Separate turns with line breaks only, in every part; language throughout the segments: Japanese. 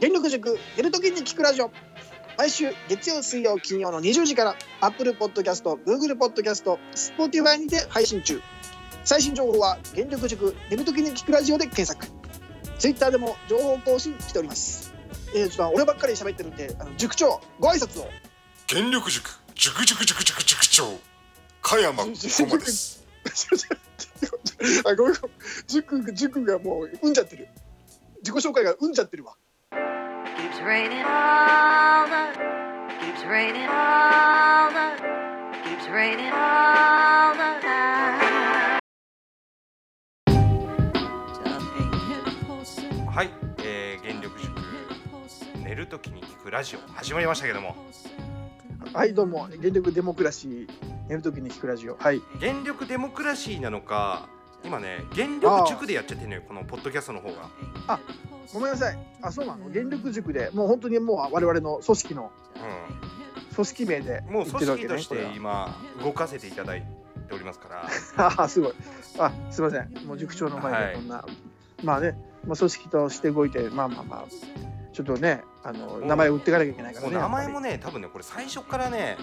電力塾寝るときに聞くラジオ毎週月曜水曜金曜の20時から Apple Podcast、Google Podcast、Spotify にて配信中最新情報は電力塾寝るときに聞くラジオで検索 Twitter でも情報更新しておりますえー、ちょっと俺ばっかり喋ってるんであの塾長ご挨拶を
原力塾塾塾塾塾塾長加山小馬 です
あごめんごめん塾塾がもううんじゃってる自己紹介がうんじゃってるわ
Keeps raining all the keeps raining all the keeps raining all the time. Nothing.
はい、えー、原力塾寝るときに聞くラジオ始まりましたけども
はいどうも電力デモクラシー寝るときに聞くラジオはい
原力デモクラシーなのか今ね原力塾でやっちゃってんのよこのポッドキャストの方が
あごめんなさいあそうなの原力塾でもう本当にもう我々の組織の組織名で
も
言
う
って
組
るわけ
織
ね
とし
これ
て今動かせていただいておりますから
は あすごいあすいませんもう塾長の前でこんな、まあね、まあ、組織として動いてまあまあまあちょっとねあの名前を売っていかなきゃいけないから
もう
ね
名前も
ね
ね多分ねこれ最初からね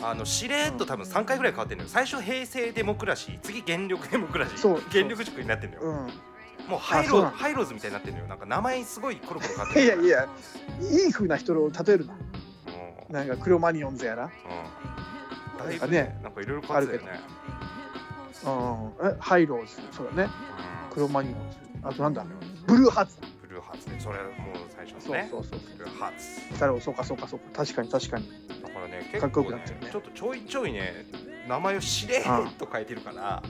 あのしれっと多分3回ぐらい変わってるのよ最初平成デモクラシー次原力デモクラシ
そう
ー原力塾になってるの
う
よ
ん
もうハイ
そう
ロ
なの
ハイローズみたいになってるのよなんか名前すごいコロコロ変わっ
い
てる
やいやいい風な人を例えるな
うん
なんかクロマニオンズやら、
うん、だ
なん
い
か
ぶ
ね
ね、なんかいろいろ変わってたよね。
うん、えハイローズそうだねク
うん
ロマニオンズあとなんだブルーハーツ
ブルーハーツね、それもう最初の
そう
ね
そ。うそう
ブルーハーツ。
そう。だろうそうかそうかそうか確かに確かに。
だからね、
か
結
っこよ
構
くなっ
ね
ちゃうね
ちょっとちょいちょいね、名前をしれーっと変えてるから、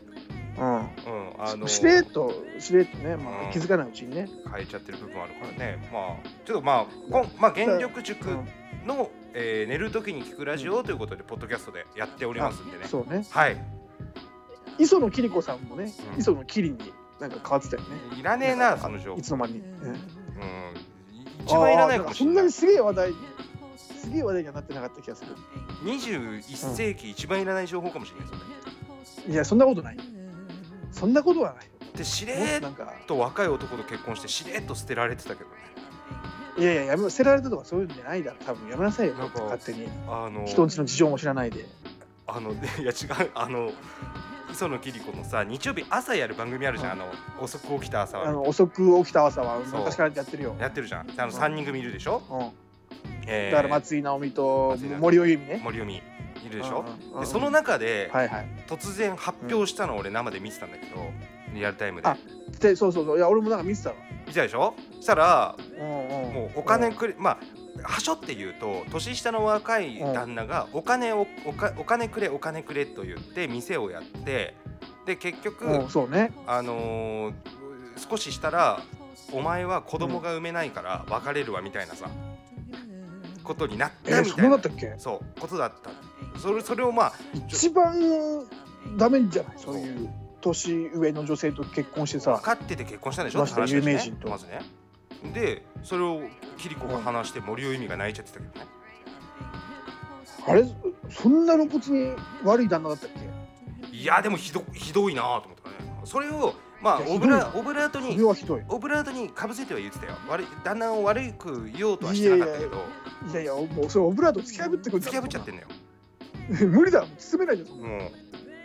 う
うん、あの
ん。しれっとしれっとね、ま
う
あ
ん
気づかないうちにね。
変えちゃってる部分あるからね、まあちょっとまあこんまあ原力塾
うん
の、えー寝るときに聞くラジオということでポッドキャストでやっておりますんでね。
そうね。
はい。
磯野桐子さんもね
う、ん
磯野桐になんか変わってたよね。
いらねえなその情報
い。つの間に。うん
うん。一番いらないかもしれな
あーんかそんないに。すげえ話題、すげえ話題にはなってなかった気がする。
21世紀一番いらない情報かもしれないですよね。
いやそんなことない。そんなことはない。
でしれ
もっ
ー
と
っ
なんか
と若い男と結婚してしれーっと捨てられてたけどね
いやいややめ捨てられたとかそういうんじゃないだろ。多分やめなさいよ。
なんか
勝手に
あの
人んちの事情も知らないで。
あの いや違うあの磯野桐子のさ日曜日朝やる番組あるじゃん、あの遅く起きた朝
あ
は
の遅く起きた朝は
そう
昔からやってるよ。
やってるじゃんあの3人組いるでしょ、
うん。
えー
だから松井直美と
松井直美
森尾由美ね。
森海いるでしょ
うんうんうん
でその中で
はいはい。
突然発表したのを俺生で見てたんだけど、リアルタイムで
あでそうそうそういや俺もなんか見てたわ。
見たでしょしたら
うんうん。
もうお金くれ、まあはしょって言うと年下の若い旦那がお金をおかお金くれお金くれと言って店をやってで結局、
うんうんそうね。
あのー少ししたらお前は子供が産めないから別れるわみたいなさ、ことになっ
え
た
ー
み
そ
たいう
だ
な
ったっけ？
そうことだったそれそれをまあ
一番ダメじゃない？そういう年上の女性と結婚して
分
さ。
かってて結婚したんでしょ
まして
って話だしね
有名人と
まずねでそれをキリコが話して森尾由美が泣いちゃってたけどね
あれそんな露骨に悪い旦那だったっけ？
いやでもひどひどいなと思ったねそれをまあ
いや
オブラ
ひ
オブラート
それ
に
はひどい。
オブラートにかぶせては言ってたよ悪い旦那を悪く言おうとはしてなかったけど
いやいやもうそれオブラート突き破ってくる。
突き破っちゃってんだよ
無理だ。もう包めないじゃんそんな。
もう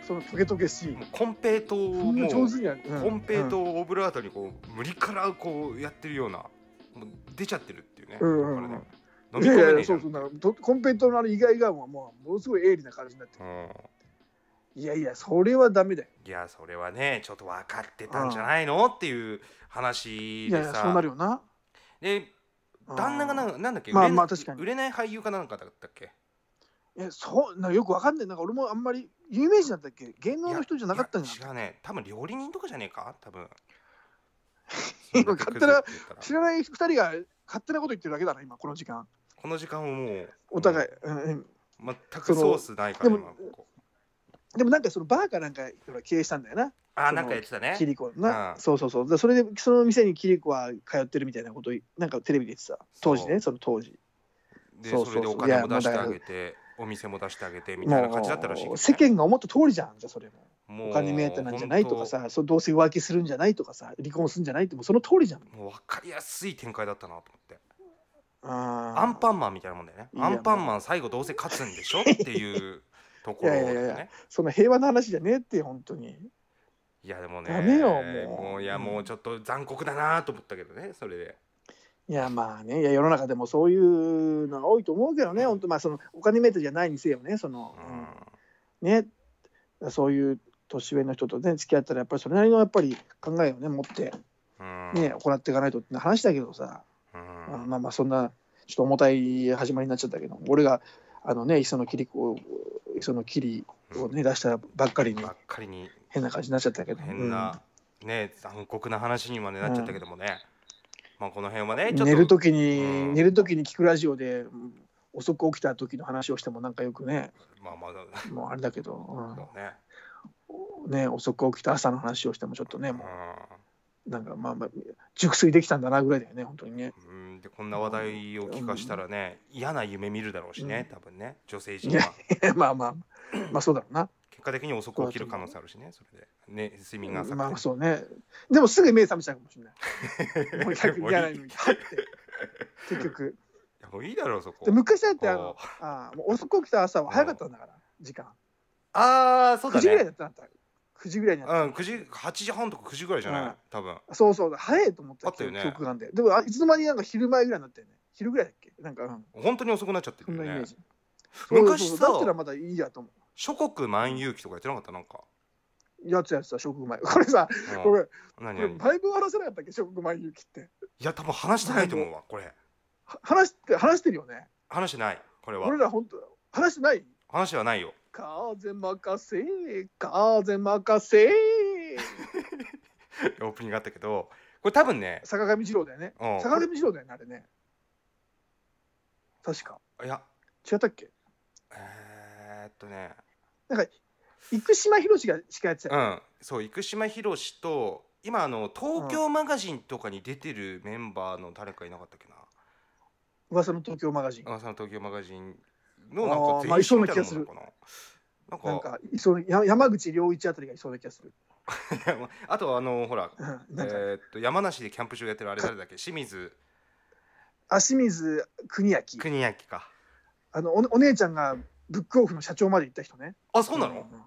そのトゲトゲしい
も。うコンペイトを
そん
も
な
う
上手にやる。うん
コンペイトをオブラートにこう無理からこうやってるようなもう出ちゃってるっていうね,、
うんうんうん
だから
い
ね飲
や
み込めね
いや
えじ
そ
ゃん
うそうなんかどコンペイトーのあれ以外がもうもうものすごい鋭利な感じになってる
うん
いやいやそれはダメだよ
いやそれはねちょっと分かってたんじゃないのっていう話
いや
で
いや
さ
そうなるよな
で旦那がなん
か
かなんだっけ、
まあ
売れな
まあ確かに
売れない俳優かなんかだったっけ
いやそうなんかよくわかんないなんか俺もあんまり有名人だったっけ芸能の人じゃなかったんじ
いや違うね多 分料理人とかじゃねえか多分
今勝手な
そんだけ
知
崩れてたら
らない二人が勝手なこと言ってるだけだな今この時間
この時間をもう
お互い、うんうん、
全くソースないか
そ
ら
の
今ここ
でもなんかそのバーかなんかほら経営したんだよな
あ
その
なんかやってたね
キリコな
うん
そうそうそうだそれでその店にキリコは通ってるみたいなことなんかテレビで言ってた当時ねその当時
で
そう
そ
そう
れで
そう
お金も
い
出
や
して
まあ
あ
だ
げてお店も出してあげてみたいな感じだったらしいけど
も
ね
う世間が思った通りじゃんじゃあそれも
もう
お金目当てなんじゃないとかさそうどうせ浮気するんじゃないとかさ離婚するんじゃないってもうその通りじゃん
本当もう分かりやすい展開だったなと思ってア
あ
ンパンマンみたいなもんだよね
いや
アンパンマン最後どうせ勝つんでしょっていうところだよね
い
い
や
や
いやいやその平和な話じゃねえって本当に
でもね
ダメよもう
いやもうちょっと残酷だなと思ったけどねそれで
いやまあねいや世の中でもそういうのは多いと思うけどね本当まあそのお金目当てじゃないにせよねその、うんねそういう年上の人とね付き合ったらやっぱりそれなりのやっぱり考えをね持って
うんうん
ね行っていかないとって話だけどさ、
うん
まあまあそんなちょっと重たい始まりになっちゃったけど俺があのね磯野キリを磯野キリをね出したばっかりに
ばっかりに
変な感じになっちゃったけど
変な、ね残酷な話にまでなっちゃったけどもね、まあこの辺はね
うん
ちょっと
寝る時に、
うん
寝る時に聞くラジオでうん遅く起きた時の話をしてもなんかよくね
まあまあだ
もうあれだけど、
ね、
うんね遅く起きた朝の話をしてもちょっとね
うん
もうなんかまあまあ熟睡できたんだなぐらいだよね本当にね。
うん、でこんな話題を聞かしたらね嫌な夢見るだろうしね
う
多分ね女性陣 は
まあまあまあそうだろうな。
結果的に遅く起きる可能性あるしねそれでね睡眠が浅くて、
まあそうね。でもすぐ目覚めちゃうかもし れない。もう逆にやらないのに。はって結局。
いやもういいだろうそこ
で昔だって
お
あ
う
のああもう遅く起きた朝は早かったんだから時間。
ああそう
9
だ
時ぐらい
ね
だったんだ。9時ぐらいに
う
あ
ん
った。
9時8時半とか9時ぐらいじゃない、
うん
多分
そうそう早いと思った
あったよね
記憶なんで。でもあいつの間になんか昼前ぐらいになったよね。昼ぐらいだっけなんかうん
本当に遅くなっちゃって
そ
る
ん
よ
なイメ
ね
ージ。
昔
そうそう
さ
だったらまだいいやと思
諸国万有記とかやってなかったなんか、
う。やつやつさ食前。これさ
うん
これこ
何
れ
何
だいぶ終わらせなかったっけ食前勇気って。
いや多分話してないと思うわこれ
は話して話してるよね。
話してないこれは
俺ら本当話してない。
話はないよ
風任せ風任せ
オープニングがあったけどこれ多分ね
坂上二郎だよね
うん
坂上二郎だよねあれね確か
いや
違ったっけ
えー、っとね
生島博士がしかやってた
う
よ
んそう生島博士と今あの東京マガジンとかに出てるメンバーの誰かいなかったっけな、
噂の東京マガジン
噂の東京マガジンのな
あー
ん
ま
か
あいそう
み
な
た
気
いなも
がす
の
る
かななんか
なんかいそうなや山口良一あたりがいそうな気がする
あとあのほら
うんなんか、
えーっと山梨でキャンプ場やってるあれ誰だっけ清水
足水邦明
邦明か
あのおお姉ちゃんがブックオフの社長まで行った人ね
あそうなの、
ん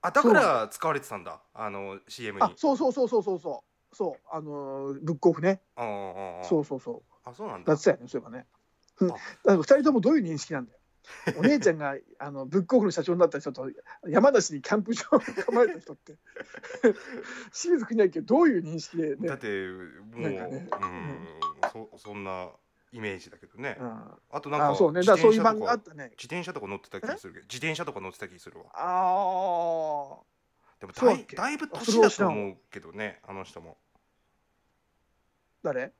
あだから使われてたんだあの CM に
あそうそうそうそうそうそうそうあのーブックオフね
うんうんうん
そうそうそう
あそうなんだ
だってたよねそういえばね。うん
あ
だから二人ともどういう認識なんだ よ。お姉ちゃんがあのブックオフの社長になった人と山梨にキャンプ場を構えた人って 清水国明はどういう認識でね
だってもう、
なんかね
うん、そそんなイメージだけどね、
うん、
あとなんか
あそうね
自
だからそう
転
いう
車
番
と
組
か
あったね
自転車とか乗ってた気がするけど自転車とか乗ってた気がするわ
ああ
でも
そう
だ
だっ
い
け
だいぶ
あ
年
それ
だ
は知
と
らん
思うけどねあの人も
誰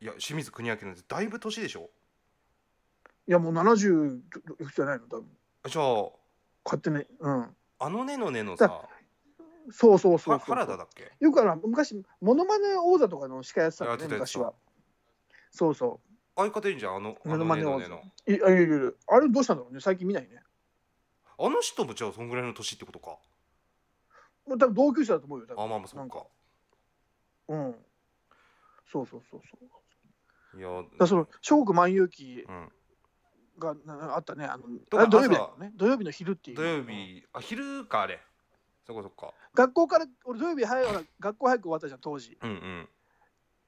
い
いや清水国明なんてだいぶ年でしょ
やもう70いくつじゃないの多分
じゃあ
勝手にうん
あのねのねのさ
だそうそうそう
は
そう
原田だっけ
よくあの昔モノマネ王座とかの司会やってたん
やっ
だ
て
よ
た
ね
やって
昔
た
はそうそ
相方いいじゃんあのあ
モノ
の
マ
ね
ネ
の
王
ね
子
の
ういあいるいるいるあれどうしたんだろうね最近見ないね
あの人もじゃあそんぐらいの年ってことか
もう多分同級生だと思うよ多
あ
分
まあまあそ
な
っ
ん
か
うん。そうそうそうそう。
いや
だからその諸国万有記
うん、
がななあったね。あの
とか
あれ土曜日だよね。土曜日の昼っていう。
土曜。日あ昼かあれそこそっか
学校から俺土曜日早い学校早く終わったじゃん当時。
うんうん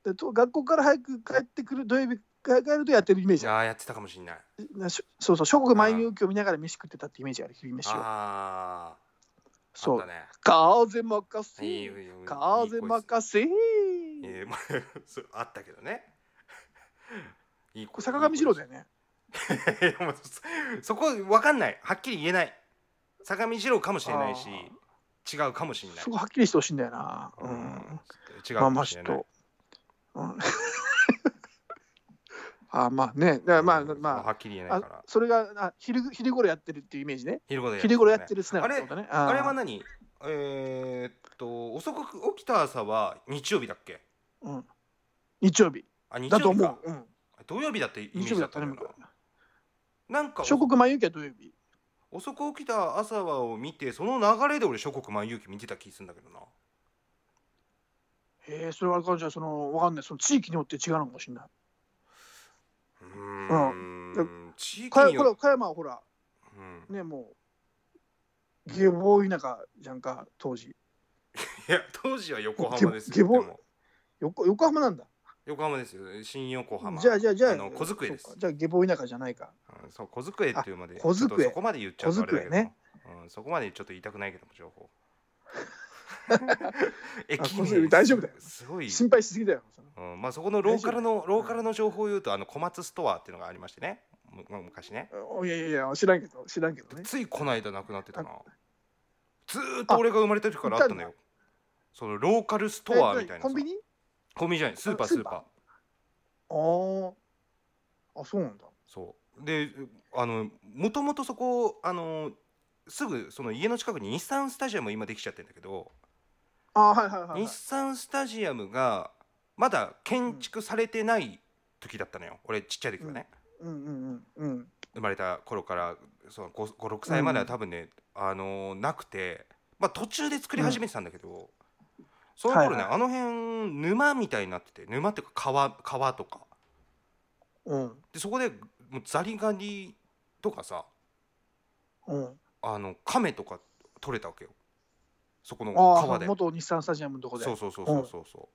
でと学校から早く帰ってくる土曜日帰るとやってるイメージ
じ
ある
ゃあやってたかもしんない
なしそうそう諸国万有記を見ながら飯食ってたってイメージある昼飯を。
ああ
そ
あっ
う
た。ね
風任せ。
いいいいいい
風任せ。
えーまあ そうあったけどね。 いい
これ坂上二郎だよね。
いやもうそそこわかんない。はっきり言えない。坂上二郎かもしれないし、違うかもしれない
そ。こはっきりしてほしいんだよな。う
うん
ん。
違う
まあ
か
ま
も
あ
し
ち
れ
ょっ
ない。
と。うん、 あまあね、だからまあ
うんは
ま
っきり言えな
あ、
いから
あ。それがあ昼昼頃やってるっていうイメージね。
昼ごで
昼頃やって
る。
るつながりってことね。あ
あれは
ね、
何？えー、っと遅く起きた朝は日曜日だっけ？
うん、日曜日
あ日曜
だ
日
と
か
思う。うん、
土曜日だってイメー
日曜
ジだ
日だ
っ
ったた
んだ
ね
よ。な。なんか
諸国万有記は土曜日。
遅く起きた朝はを見てその流れで俺諸国万有記見てた気するんだけどな
へえそれはあれかじゃあそのわかんないその地域によって違うのかもしれないう
ーん地域
か
に
こ
よ
れ加山はほら
うん
ねもう下坊田舎じゃんか当時
いや当時は横浜です
ゲ
よ
ボ
でも
横横浜なんだ
横浜ですよ新横浜
じゃあじゃあじゃあ
あの小机です
そうかじゃあ下坊田舎じゃないか
うんそう小机っていうまで
あ小
ちょ
机
っとそこまで言っちゃうとあれだけど
小机ね
うん、そこまでちょっと言いたくないけども情 報
小机大丈夫だよ
すごい、
心配しすぎだよ
うんまあ、そこのローカルのローカルの情報を言うとあの小松ストアっていうのがありましてねむ昔ね
おいやいやいや知らんけど知らんけどね
ついこの間亡くなってたなずーっと俺が生まれた時からあったのよそのローカルストアみたいなさ
えコンビニ
コンビニじゃないスーパー
あ
ス
ス
ー
ー
パ
パ
ー
ーあああそうなんだ
そうであのもともとそこあのすぐその家の近くに日産スタジアム今できちゃってるんだけど
ああはいはいはい、はい
日、産スタジアムがまだ建築されてない時だったのよ、俺ちっちゃい時はね、
うんうんうんうん
生まれた頃から56歳までは多分ね、あのなくて、まあ、途中で作り始めてたんだけど、その頃ね、
はいはい
あの辺沼みたいになってて沼っていうか川川とか
うん
でそこでもうザリガニとかさ
うん
あの亀とか取れたわけよそこの
ああ
川で
元日産スタジアムのとこで
そうそうそうそうそうそ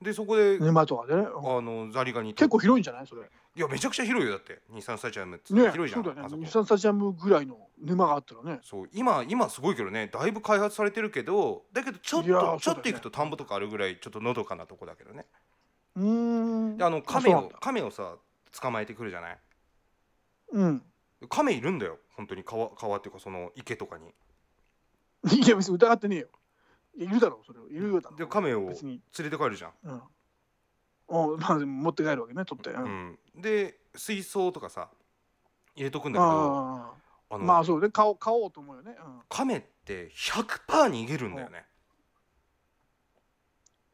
うでそこで、
沼とかでね、うん
あのザリガニと
結構広いんじゃないそれ
いやめちゃくちゃ広いよだって日産スタジアムって
ね
広いじゃん、
そうだ
あ
よ
そ
ね
こ
日産スタジアムぐらいの沼があったらね
そう今今すごいけどねだいぶ開発されてるけどだけどちょっと、
いやーそうだよね
ちょっと行くと田んぼとかあるぐらいちょっとのどかなとこだけどね
うーん
であの亀
そうなん
を
だ
亀をさ捕まえてくるじゃない
うん
亀いるんだよ本当に川川っていうかその池とかに
いや別に疑ってねえよいやいるだろうそれいるよだろう
で亀を連
別に
れて帰るじゃん、
うんおまあでも持って帰るわけね取って、う
うんん、で水槽とかさ入れとくんだけど
あ
あ
あ
の、
まあそうね買おう買おうと思うよね、うん、
亀って100%逃げるんだよね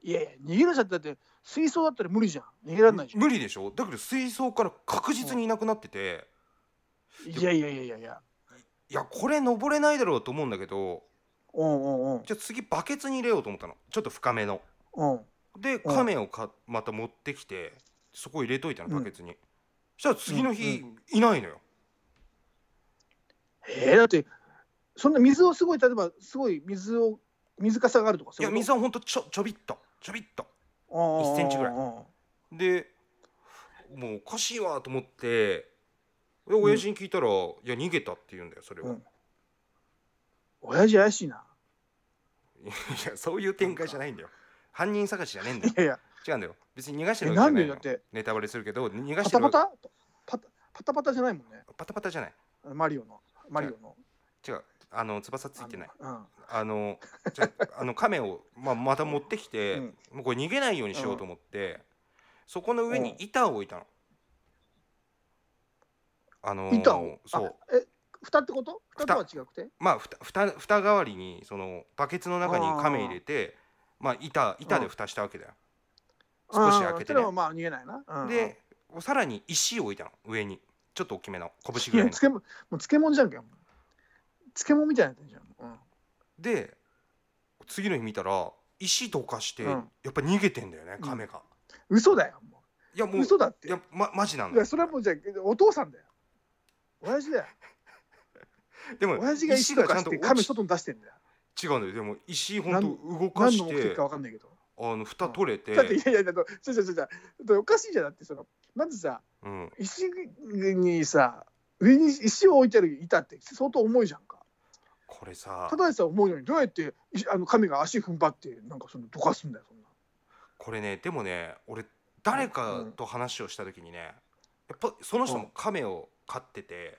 いやいや逃げ出しちゃってだって水槽だったら無理じゃん逃げられないじゃん
無理でしょだけど水槽から確実にいなくなってて、
いやいやいやいやいや
いやこれ登れないだろうと思うんだけど
うんうんうん
じゃあ次バケツに入れようと思ったのちょっと深めの
うん
で
うん
亀をかまた持ってきてそこ入れといたの
う
バ
ん
ケツに、したら次の日、
う
いないのよ
えー、だってそんな水をすごい例えばすごい水を水かさがあるとか
いや水はほんとちょちょびっとちょびっと1
1
センチぐらい
うん
でもうおかしいわと思ってで親父に聞いたら、いや逃げたって言うんだよそれは、
うん親父怪しいな。
いやそういう展開じゃないんだよ犯人探しじゃねえんだ
い
よ
やいや、
違うんだよ別に逃がして
え
るわけじ
な
ゃな
んで
い
だ
の
って、
ネタバレするけど逃が
パ
して
タ
る
パタパタパタパタじゃないもんね。
パタパタじゃない
マリオの。マリオの。
違うあの翼ついてない
あの。
あのちょあの亀を、まあ、また持ってきて、
うん
もうこれ逃げないようにしようと思って、そこの上に
うん
板を置いたの。あの
うん。
ー
板を。
そう
あ。え、蓋ってこと蓋とは違くて
まあふたふた蓋代わりにそのバケツの中に亀入れてまあ、板板で蓋したわけだよ。少し開けて
うんそれ
ね
は。まあ逃げないな。うん、
でさらに石を置いたの上にちょっと大きめの拳
い
ぐ
や
らいの。
漬物、もう漬物じゃんけん。漬物みたいになってんじゃん。うん、
で次の日見たら石どかして、
うん
やっぱ逃げてんだよね亀が。
嘘だよ。も
いやも
う
う
嘘だって。
いや、ま、マジなん
い
だ
や
よ
それはもうじゃあお父さんだよ。親父だよ。
でも
親父が石とかして
落
亀
ち
外に出してんだよ。
違うんだよでも石本当動か
何の
し
目的
て
かわかんないけど。
あの蓋取れて、
だっていやいやだとちょちょちょちょだっておかしいじゃんだってそのまずさ
うん、
石にさ上に石を置いてある板って相当重いじゃんか
これさ
ただでさ重いのにどうやって石あの神が足踏ん張ってなんかそのどかすんだよそんな
これねでもね俺誰かと話をした時にねやっぱその人も亀を飼ってて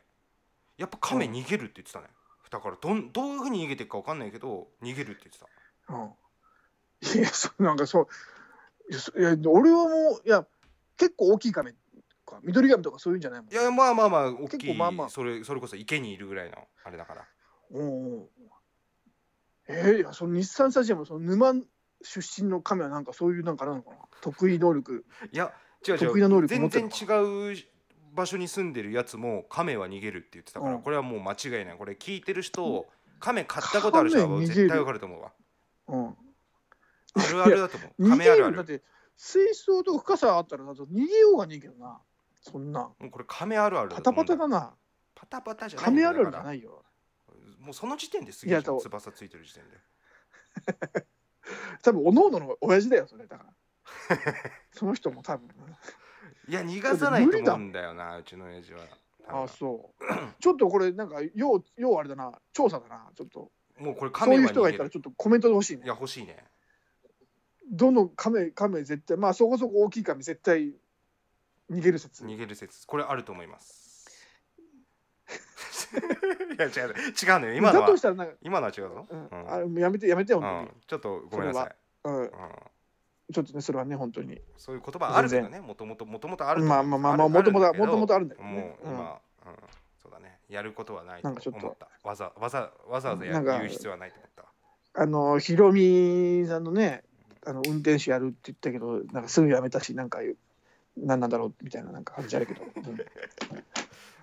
やっぱ亀逃げるって言ってたね蓋からどんどういうふうに逃げてるか分かんないけど逃げるって言ってた
うんいやそうなんかそういやそいや俺はもういや結構大きい亀か緑亀とかそういうんじゃないもん
いやまあまあまあ大き
結
い
構まあまあ
それそれこそ池にいるぐらいのあれだから
うんうんえー、いやその日産スタジアムその沼出身の亀はなんかそういうなんかあれなのかな得意能力
いや違う違う
得意な能力持
全
ってる
然
の
違
か
う場所に住んでるやつも亀は逃げるって言ってたから、
うん
これはもう間違いないこれ聞いてる人亀買ったことある人は
亀逃げる
絶対わかると 思うわ
うん
あるあるだと思う
逃
亀
げ
あるあ
るだっ
る
て水槽とか深さあったらだと逃げようがねえけどなそんな
もうこれ亀あるある
パ
だと
タ
思う
パ
んだ
タだな
パタパタじゃない
亀あるあるじゃ
だか
な
ら
いよ
もうその時点です
い
げえ
や
じゃん
そう
翼ついてる時点で
多分おのおのの親父だよそ れだからその人も多分
いや逃がさないと思うんだよなうちの親父は
あそうちょっとこれなんかようようあれだな調査だなちょっと
もうこれ
そう
亀
いう
は
人
逃
が
げ
いたら
る
ちょっとコメントで欲しい
い
ね
や欲しいね
どの亀亀絶対まあそこそこ大きい亀絶対逃げる説
逃げる説これあると思います いや違う違うのよ今の
だ
は
としたらなんか、
今のは違うぞ、
うん
うん
あもうやめてやめてよ
う
本
ん、ちょっとごめんなさい、
当に、うん、
うん、
ちょっとねそれはね本当に
そういう言葉あるからねもともともともとあると
まあまあまあまあ
る
もとも
るん
と
だけど
もともとあるんだけど
も
ね
う今、うんそうだねやることはないと
なんかちょっと
思ったわざわざわざわざや
なんか
言う必要はないと思ったわ
あのひろみさんのねあの運転手やるって言ったけどなんかすぐ辞めたしなんか何なんだろうみたいななんか感じあるけ ど、うん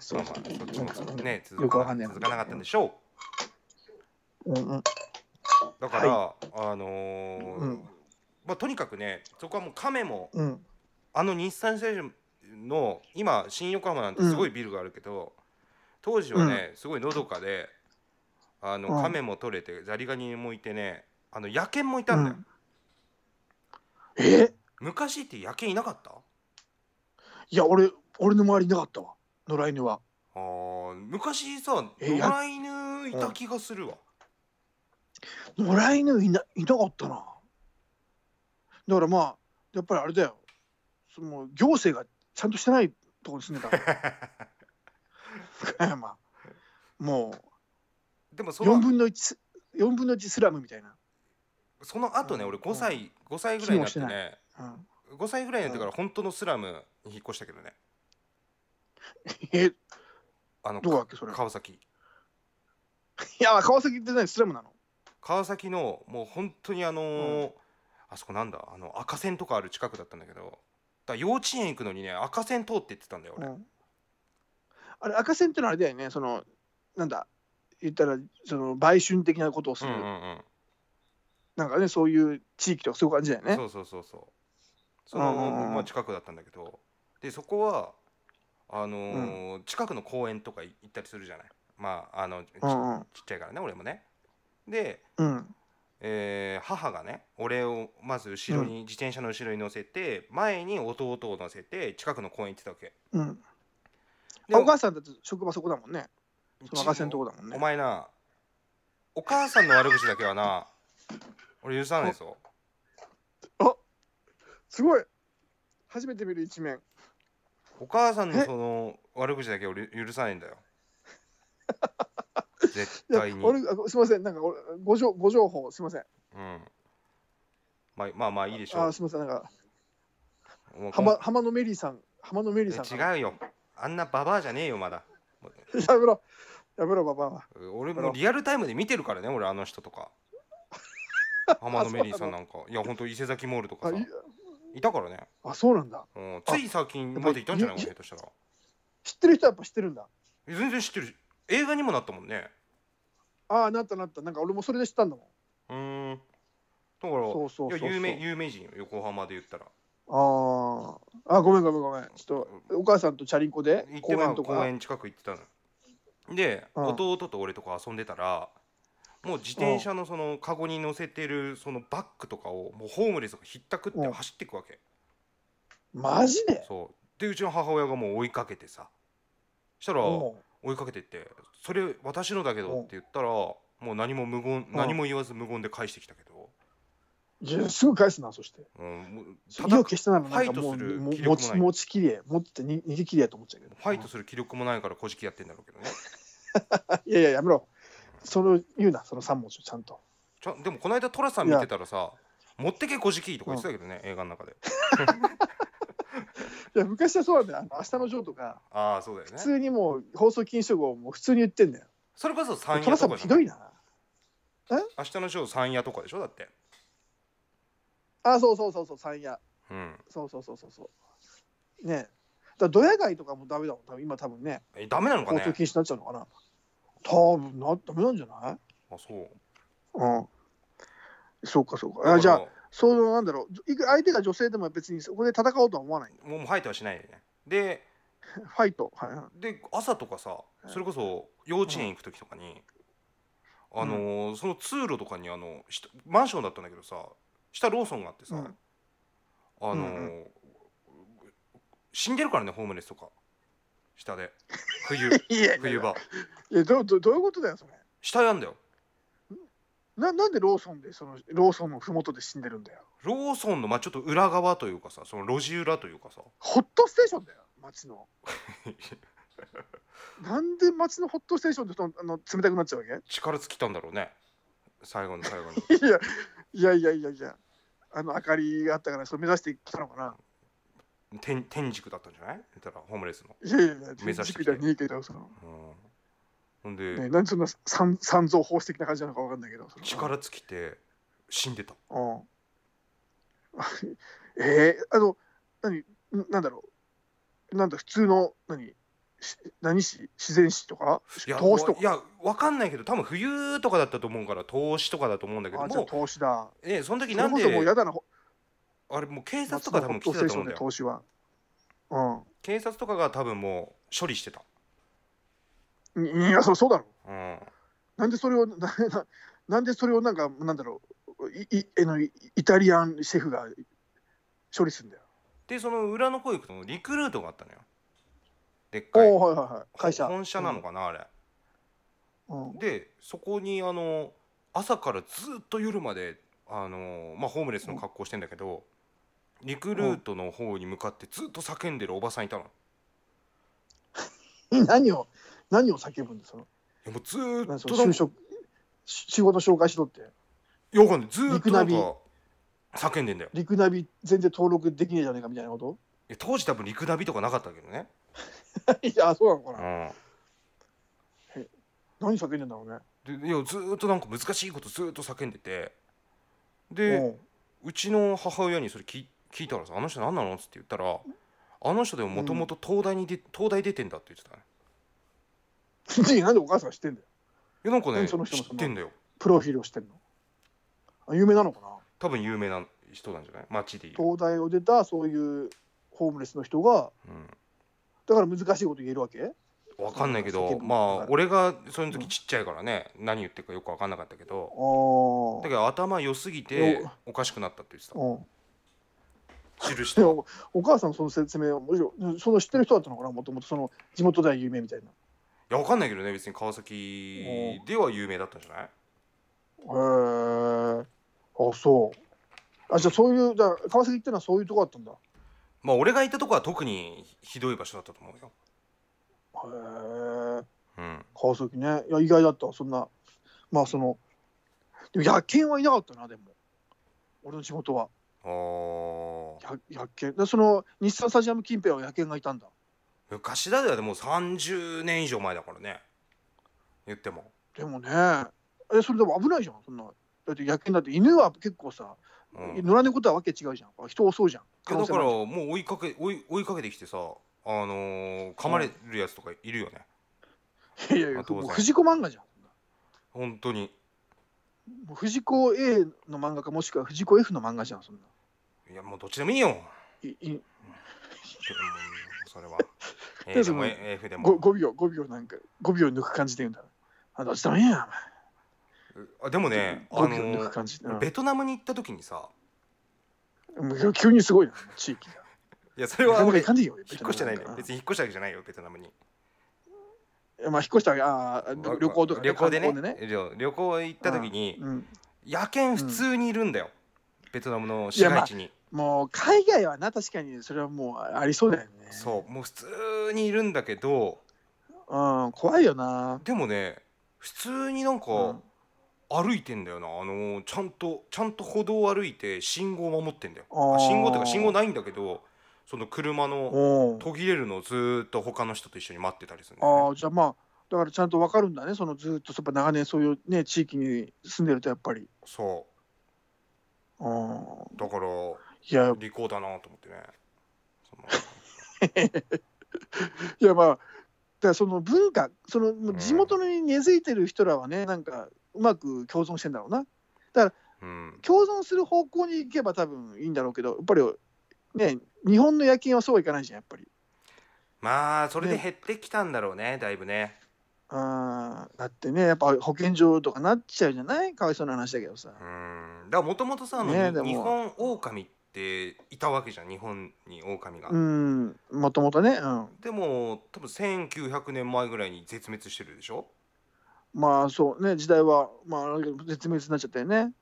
そう
まあまあそっち
な
も
んか
続くね
よ
続
くわ
か
かん
な
ない
続かなかったんでしょ
うんうん
うだから、あのー
うん
まあとにかくねそこはもう亀も
うん
あの日産製の今新横浜なんてすごいビルがあるけど、当時はねすごいのどかであの
うん
亀も取れてザリガニもいてねあの野犬もいたんだよ、
うんえ
昔って野犬いなかった
いや俺俺の周りいなかったわ野良犬は
あー昔さ
え
野
や
良犬いた気がするわ、
野良犬いないなかったなだからまあやっぱりあれだよその行政がちゃんとしてないところに住んでたから深山も
でも
う
そ
4
の
分の1四分の1スラムみたいな、
その後ね俺
うん
5歳5歳ぐらいになって
気もし
ね
うん、
5歳ぐらいになってから本当のスラムに引っ越したけどね
え
あの
どこだっけそれ
川崎
いや川崎って何スラムなの
川崎のもう本当にあのーあそこなんだあの赤線とかある近くだったんだけどだから幼稚園行くのにね赤線通って言ってたんだよ俺、
うんあれ赤線ってのはあれだよねそのなんだ言ったらその売春的なことをす
うん
る、
うんうん
なんかねそういう地域とかそういう感じだよね
そうそうそうそうそ
うんうんう
の
ん
まあ近くだったんだけどでそこはあのー近くの公園とか行ったりするじゃないまああのちち
うんうん
っちゃいからね俺もねで、
うん
えー母がね俺をまず後ろに、自転車の後ろに乗せて前に弟を乗せて近くの公園行ってたわけ
うん
で
あお母さんだって職場そこだもんねその赤線のとこだもんね
お前なお母さんの悪口だけはな俺許さないぞ
すごい初めて見る一面
お母さんのその悪口だけは俺許さないん だよ絶
いや
対に、う
俺
ん、
あすいませんなんか俺ごじょご情報すいません
まあまあまあいいでしょ
あ
う
すいませんなんか
もうこん
浜浜野メリーさん浜野メリーさん
え違うよあんなババアじゃねえよまだ
うやめろやめろババアは
俺もうリアルタイムで見てるからね俺あの人と か浜野メリーさんなんかいやほんと伊勢崎モールとか
あ
さ
い
いたからね、
あそうなんだ
うん、つい最近までいたんじゃないか
やっ
下手したら
知ってる人はやっぱ知ってるんだ
え全然知ってるし映画にもなったもんね
ああなったなったなんか俺もそれで知ったんだもん
うーんだから
そうそうそうそう
いや有名有名人よ横浜で言ったら
あーあごめんごめんごめんちょっとお母さんとチャリンコで
行って
公
まあ
園と
公
か
園近く行ってたので、
うん
弟と俺とか遊んでたらもう自転車のそのカゴに乗せてるそのバッグとかをもうホームレスがひったくって
うん
走っていくわけ、
マジで
そうでうちの母親がもう追いかけてさしたら追
おう
いかけてって「それ私のだけど」って言ったらもう何も無言
ん
何も言わず無言で返してきたけど、
いやすぐ返すなそして
うん、もう
火
叩
を
く
消したならなんかも
ファイト
う
する
も
気力も
持
ない
ち持ちきれ持ってに逃げきれやと思っちゃうけど
ファイトする気力もないから小じきやってんだろうけどね
いやいや、やめろ。それを言うな、その3文字をちゃんと。
ちゃんでもこの間寅さん見てたらさ「持ってけ小じき」とか言ってたけどね、映画の中で
いや、昔はそうなんだよ。あの明日のジョーとか、
ああそうだよ
普
ね
通にもう放送禁止用語をもう普通に言ってんだよ。
それこそ三
トラ
夜と
さんも
かじ
ひ
ゃな
ど
い
いな。
明日のショー三夜とかでしょだって
あ、そうそうそうそう、三夜。
うん
そうそうそうそうそう。ねえ。らドヤ街とかもダメだもん多分今多分ね
えダメなのか
交
ね
通禁止になっちゃうのかな多分なダメなんじゃない
あそう
うんそうかそう
だ
か
から
あじゃあそのなんだろういく相手が女性でも別にそこで戦おうとは思わない
もうもう入ってはしないよねで
ファイトはいはい
で朝とかさそれこそ幼稚園行く時とかに、
ん
あのーその通路とかにあの下マンションだったんだけどさ下ローソンがあってさ、
うん
あのー
うん
死んでるからねホームレスとか下で 冬
いやいやい
冬
や
場
いやどうどうどういうことだよそれ
下やんだよ
ななんでローソンでそのローソンのふもとで死んでるんだよ
ローソンのまあちょっと裏側というかさその路地裏というかさ
ホットステーションだよ街 のなんで街のホットステーションでそのあの冷たくなっちゃうわけ
力尽きたんだろうね最後の 最後に
いやいやいやいやいやあの明かりがあったからそれ目指してきたのかな
天天竺だったんじゃない言ったらホームレスの、
いやいやいや
目指してきて
じっくりだ逃げてたその
うん、ほんで、
ね、なんでそんな三三蔵法師的な感じなのかわかんないけど。その
力尽きて死んでた
うん。 えー、あの、何、なんだろう。なんだ、普通の、何、し何市自然市とか
いや
投資と
わ
か
いやわかんないけど多分冬とかだったと思うから投資とかだと思うんだけど
あ、じゃあ
も
投資だ。
う、ね、その時
そ
な
れ
ん
こそもう
で
嫌だな、ほ
あれもう警察と
夏
か
の
多
ホ
分
ッ
来てたと
トステーシ
思うんだ
ョンで
よ
投資は。うん
警察とかが多分もう処理してた、。
いいや、そうそうだろ。
うん、
なんでそれを、な ななんでそれをなんか、なんだろう、いいあのイイタリアンシェフが処理するんだよ。
でその裏の声行くとリクルートがあったのよでっかい
おおーはいはいはい。会社。
本社なのかな、あれ
うん。
でそこにあの朝からずっと夜まであの、まあ、ホームレスの格好してんだけど、リクルートの方に向かってずっと叫んでるおばさんいたの。い
うん、 何を、何を叫ぶんですか
やもうずーっ
なんかそ
と
の
なん
就
か
職し仕事紹介しろって
いやわかんないずーっとなん
リクナ
か叫んでんだよい
リクナビ全然登録できねえじゃねえかみたいなこと
や当時多分リクナビとかなかったけどね、
いやそうなのかな、
う
何叫んでんだろうね
ん、でいやずーっとなんか難しいことずーっと叫んでてで、
うん
うちの母親にそれ聞い聞いたからさ「あの人何なの?」っつって言ったら「あの人でももともと東大にで、東大出てんだ」って言ってたね
次なんでお母さんが知ってんだよ
いやなんかね
何その人
知
もそ
っ
の
てんだよ
プロフィールをしてんのあ有名なのかな
多分有名な人なんじゃない街でいる、
東大を出たそういうホームレスの人が
うん、
だから難しいこと言えるわけ
分かんないけ
叫
ど
ぶ
まあ俺がその
う
時
ん
ちっちゃいからね、何言ってるかよく分かんなかったけどだ
あ
けど頭良すぎて
よ
おかしくなったって言って
あうん
た印
で
と
もお母さんのその説明はむしろその知ってる人だったのかなもともとその地元では有名みたいない
やわかんないけどね別に川崎では有名だったんじゃない
へえあそうあじゃあそういうじゃあ川崎ってのはそういうとこだったんだ
まあ俺が行ったとこは特にひどい場所だったと思うよ、
へえ
うん、
川崎ねいや意外だったわそんなまあそのでも野犬はいなかったなでも俺の地元は
あー
や野犬でその日産スタジアム近辺は野犬がいたんだ
昔だではでも30年以上前だからね言っても、
でもねえそれでも危ないじゃんそんなだって野犬だって犬は結構さ、
うん、
野良猫とはわけ違うじゃん人襲うじゃん
いやだから
可能性もある
もう追いかけ追い追いかけてきてさあのー噛まれるやつとかいるよね、
じゃんいやいや
あどうぞ
もう藤子漫画じゃん
本当に
もう藤子 A の漫画かもしくは藤子 F の漫画じゃんそんない
やもうどっちでもいいよでも
いい
それ は
で
A で
その
も F で
ご
も
5, 秒5秒なんか5秒抜く感じで言うんだあどっちでもいいや
あでもねあ
お
の
前5秒抜く
ー
感じで、うん
ベトナムに行った時にさ
もう急にすごいな、地域が。
いやそれは俺
い
引
かねえよ、
っ越してないね別
別
に引っ越したわけじゃないよベトナムに
に。まあ、引っ越したわけ、ああ、旅行とか、
旅行で
観
ね
光
旅旅行行った時に
うん。
野犬普通にいるんだよ、ベトナムの市街地に、
もう、海外はな、確かに、それはもうありそうだよね。
そうもう普通にいるんだけど
うん、怖いよな。
でもね普通になんか
うん
歩いてんだよな、あのーちゃんとちゃんと歩道を歩いて信号を守ってんだよ
あー
あ信号っていうか信号ないんだけどその車の
お
途切れるのをずーっと他の人と一緒に待ってたりするんだよ、
あ
ね、
あ、じゃあまあ、だからちゃんとわかるんだね、そのずっと、やっぱ長年そういうね、地域に住んでると、やっぱり。
そ
うん。
うだから
いや、
利口だなと思ってねその
いやまあだからその文化そのもう
うん
地元に根付いてる人らはねなんかうまく共存してんだろう
う
な
ん
共存する方向に行けば多分いいんだろうけどやっぱりね日本の夜勤はそうはいかないじゃんやっぱり
まあそれで
ね
減ってきたんだろうねだいぶね
あーだってねやっぱ保健所とかなっちゃうじゃないかわいそうな話だけどさ
うんだからもともとさあの、
ねえでも
日本狼っていたわけじゃん日本に狼が、
うんもともとねうん
でも多分1900年前ぐらいに絶滅してるでしょ
まあそうね時代はまああれだけど絶滅になっちゃったよね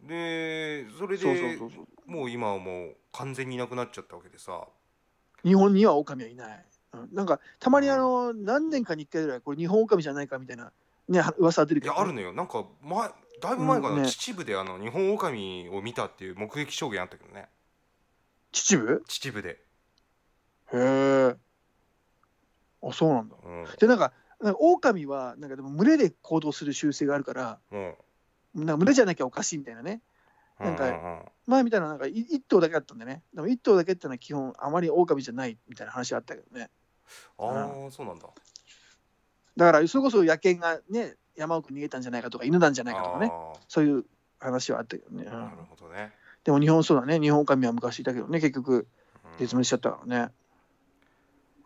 でそれで
そうそうそうそう
もう今はもう完全にいなくなっちゃったわけでさ
日本には狼はいない、うん、なんかたまにあの何年かに1回ぐらいこれ日本狼じゃないかみたいなねは噂は出る
い
けど
や
ね、
あるのよなんか前だいぶ前から、
うんね
秩父であの日本狼を見たっていう目撃証言あったけどね
秩父
秩父で、
へえあそうなんだ
うん
でなんかなんか狼はなんかでも群れで行動する習性があるから
うん
なんか群れじゃなきゃおかしいみたいなねなんか
うううん
前みたいななんかい一頭だけだったんでねでも一頭だけってのは基本あまり狼じゃないみたいな話があったけどね
ああそうなんだ
だからそれこそ野犬がね山奥に逃げたんじゃないかとか犬なんじゃないかとかね
あ
そういう話はあったけどね、う
ー
ん
なるほどね、
でも日本そうだね日本狼は昔いたけどね結局
うん
絶滅しちゃったからね、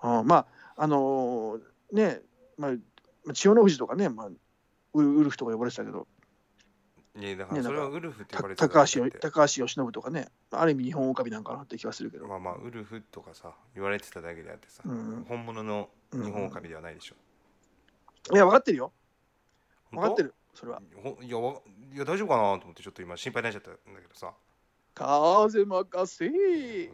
うん、まああのーねまあまあ千代の富士とかね、まあ、ウルウルフとか呼ばれてたけど
いやだから
ね
それは
なん
ウルフって呼
た
ばれて
高
じゃ
橋
な
よ
くて
高橋由伸とかねある意味日本狼なんかなって気がするけど、
まあまあウルフとかさ言われてただけであってさ、
うん
本物の日本狼ではないでしょ、
いや分かってるよ分
本当
かってるそれは
ほいやわいや大丈夫かなと思ってちょっと今心配になっちゃったんだけどさ
風任せ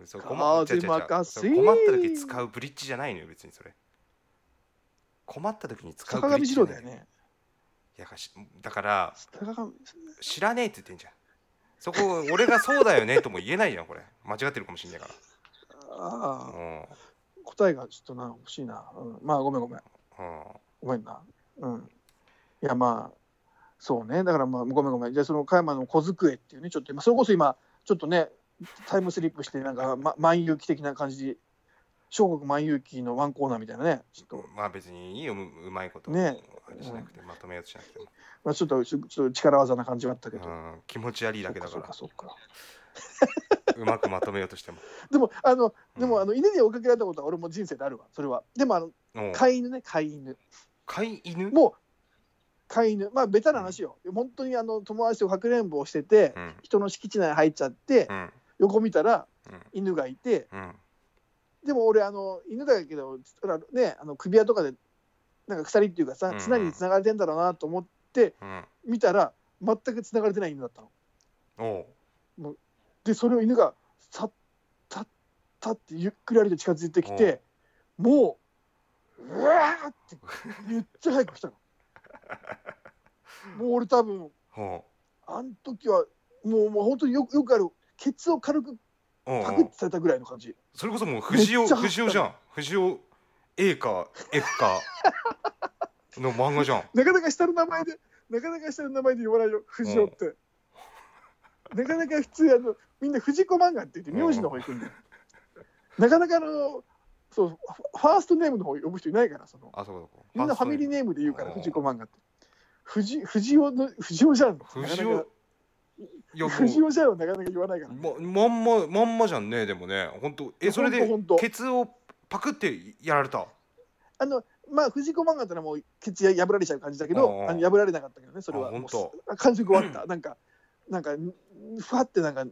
そう困っ
風
違う違う違う
任
そ
せ
れ困った時使うブリッジじゃないのよ別にそれ困った時に使う
坂
ブリッ
上
ジじ
二
ゃ
郎
ない
だよね
いやしだから
坂上
知らねえって言ってんじゃんそこ俺がそうだよねとも言えないじゃんこれ間違ってるかもしんないか
あ
ら
あ
うん
答えがちょっとな欲しいな、うん、まあごめんごめん
うん
ごめんな。うん。いや、まあ、そうね。だから、まあ、ごめんごめん。じゃあ、その加山の小机っていうね、ちょっと今、それこそ今、ちょっとね、タイムスリップして、なんか、ま、万有記的な感じで、小国万有記のワンコーナーみたいなね、ちょっと、
まあ別にいいよううまいこと
ね
あれしなくてまとめようとしなくても、
まあ、ちょっと、ちょちょっと力技な感じはあったけど。
うん、気持ち悪いだけだ
そ
か
うからそうかそう
まくまとめようとしても
うかでもあのでも、
うん
あの犬に追いかけられたことは俺も人生であるわそれはでもあの
うん
飼い犬ね飼い犬
飼い犬
もう飼い犬まあベタな話よ、本当にあの友達とかくれんぼをしてて、
うん
人の敷地内入っちゃって、
うん
横見たら
うん
犬がいて
うん
でも俺あの犬だけどほらねあの首輪とかでなんか鎖っていうかさ
うん
綱に繋がれてんだろうなと思って
うん
見たら全く繋がれてない犬だったの。
おう
でそれを犬がさったったってゆっくり歩いて近づいてきてもううわーってめっちゃ早く来たの。もう俺多分
お
あの時はもうもう本当によくよくあるケツを軽く
うおう
パク
お
ッ
う
てされたぐらいの感じ。
それこそもう藤
め
尾
っちゃ走った
藤尾じゃん藤尾 A か F かの漫画じゃん
なかなか下の名前で、なかなか下の名前で呼ばないよ、藤尾って。なかなか普通、あの、みんな藤子漫画って言って、名字の方行くんだよ。なかなかあの、そう、フファーストネームの方呼ぶ人いないから、その。
あそうか
みんなファミリーネームで言うから、
ファース
藤
ト
子漫画って。藤、藤尾の、藤尾じゃん。
藤
なか
尾いや
なか
も
藤尾じゃんはなかなか言わないから。
うままんままんまじゃんねでもね本当えそれで
ほんとほんと
ケツをパクってやられた
あの、まあ、藤子漫画ってのはもう、ケツや破られちゃう感じだけ
うんう
ど、
ん
あの破られなかったけどね、それは。
あほん
も
と
う感触終わった。なんか、なんか、ふわってなんか、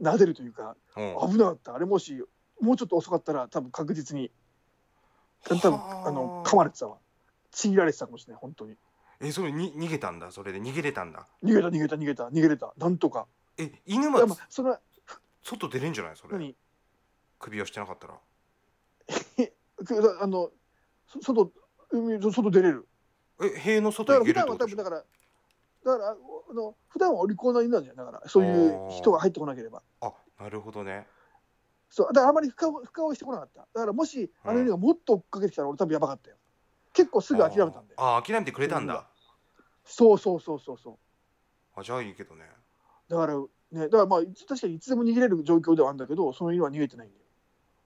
撫でるというか。
うん
危なかったあれもしもうちょっと遅かったら多分確実に多分
はあ
あの噛まれてたわちぎられてたかもしれない本当に
えそれに逃げたんだそれで逃げれたんだ
逃げた逃げた逃げた逃げれたなんとか
え犬
いや
は
まあそれは
外出れんじゃないそれ
何
首をしてなかったら
くあのそ外海の外出れる
え塀の
だ
外
から
行
普
けるっ
段
てこと
は多
でし
分
ょ
だからだからあの普段はお利口な犬なんじゃないだからそういう人が入ってこなければ
あなるほどね
そうだからあまり深追い深追いしてこなかっただからもしあの犬がもっと追っかけてきたら俺多分やばかったよ結構すぐ諦めたんだよ
ああ諦めてくれたんだ
そうそうそうそうそう
あじゃあいいけどね
だからね、だからまあいつ確かにいつでも逃げれる状況ではあるんだけど、その犬は逃げてないんだよ。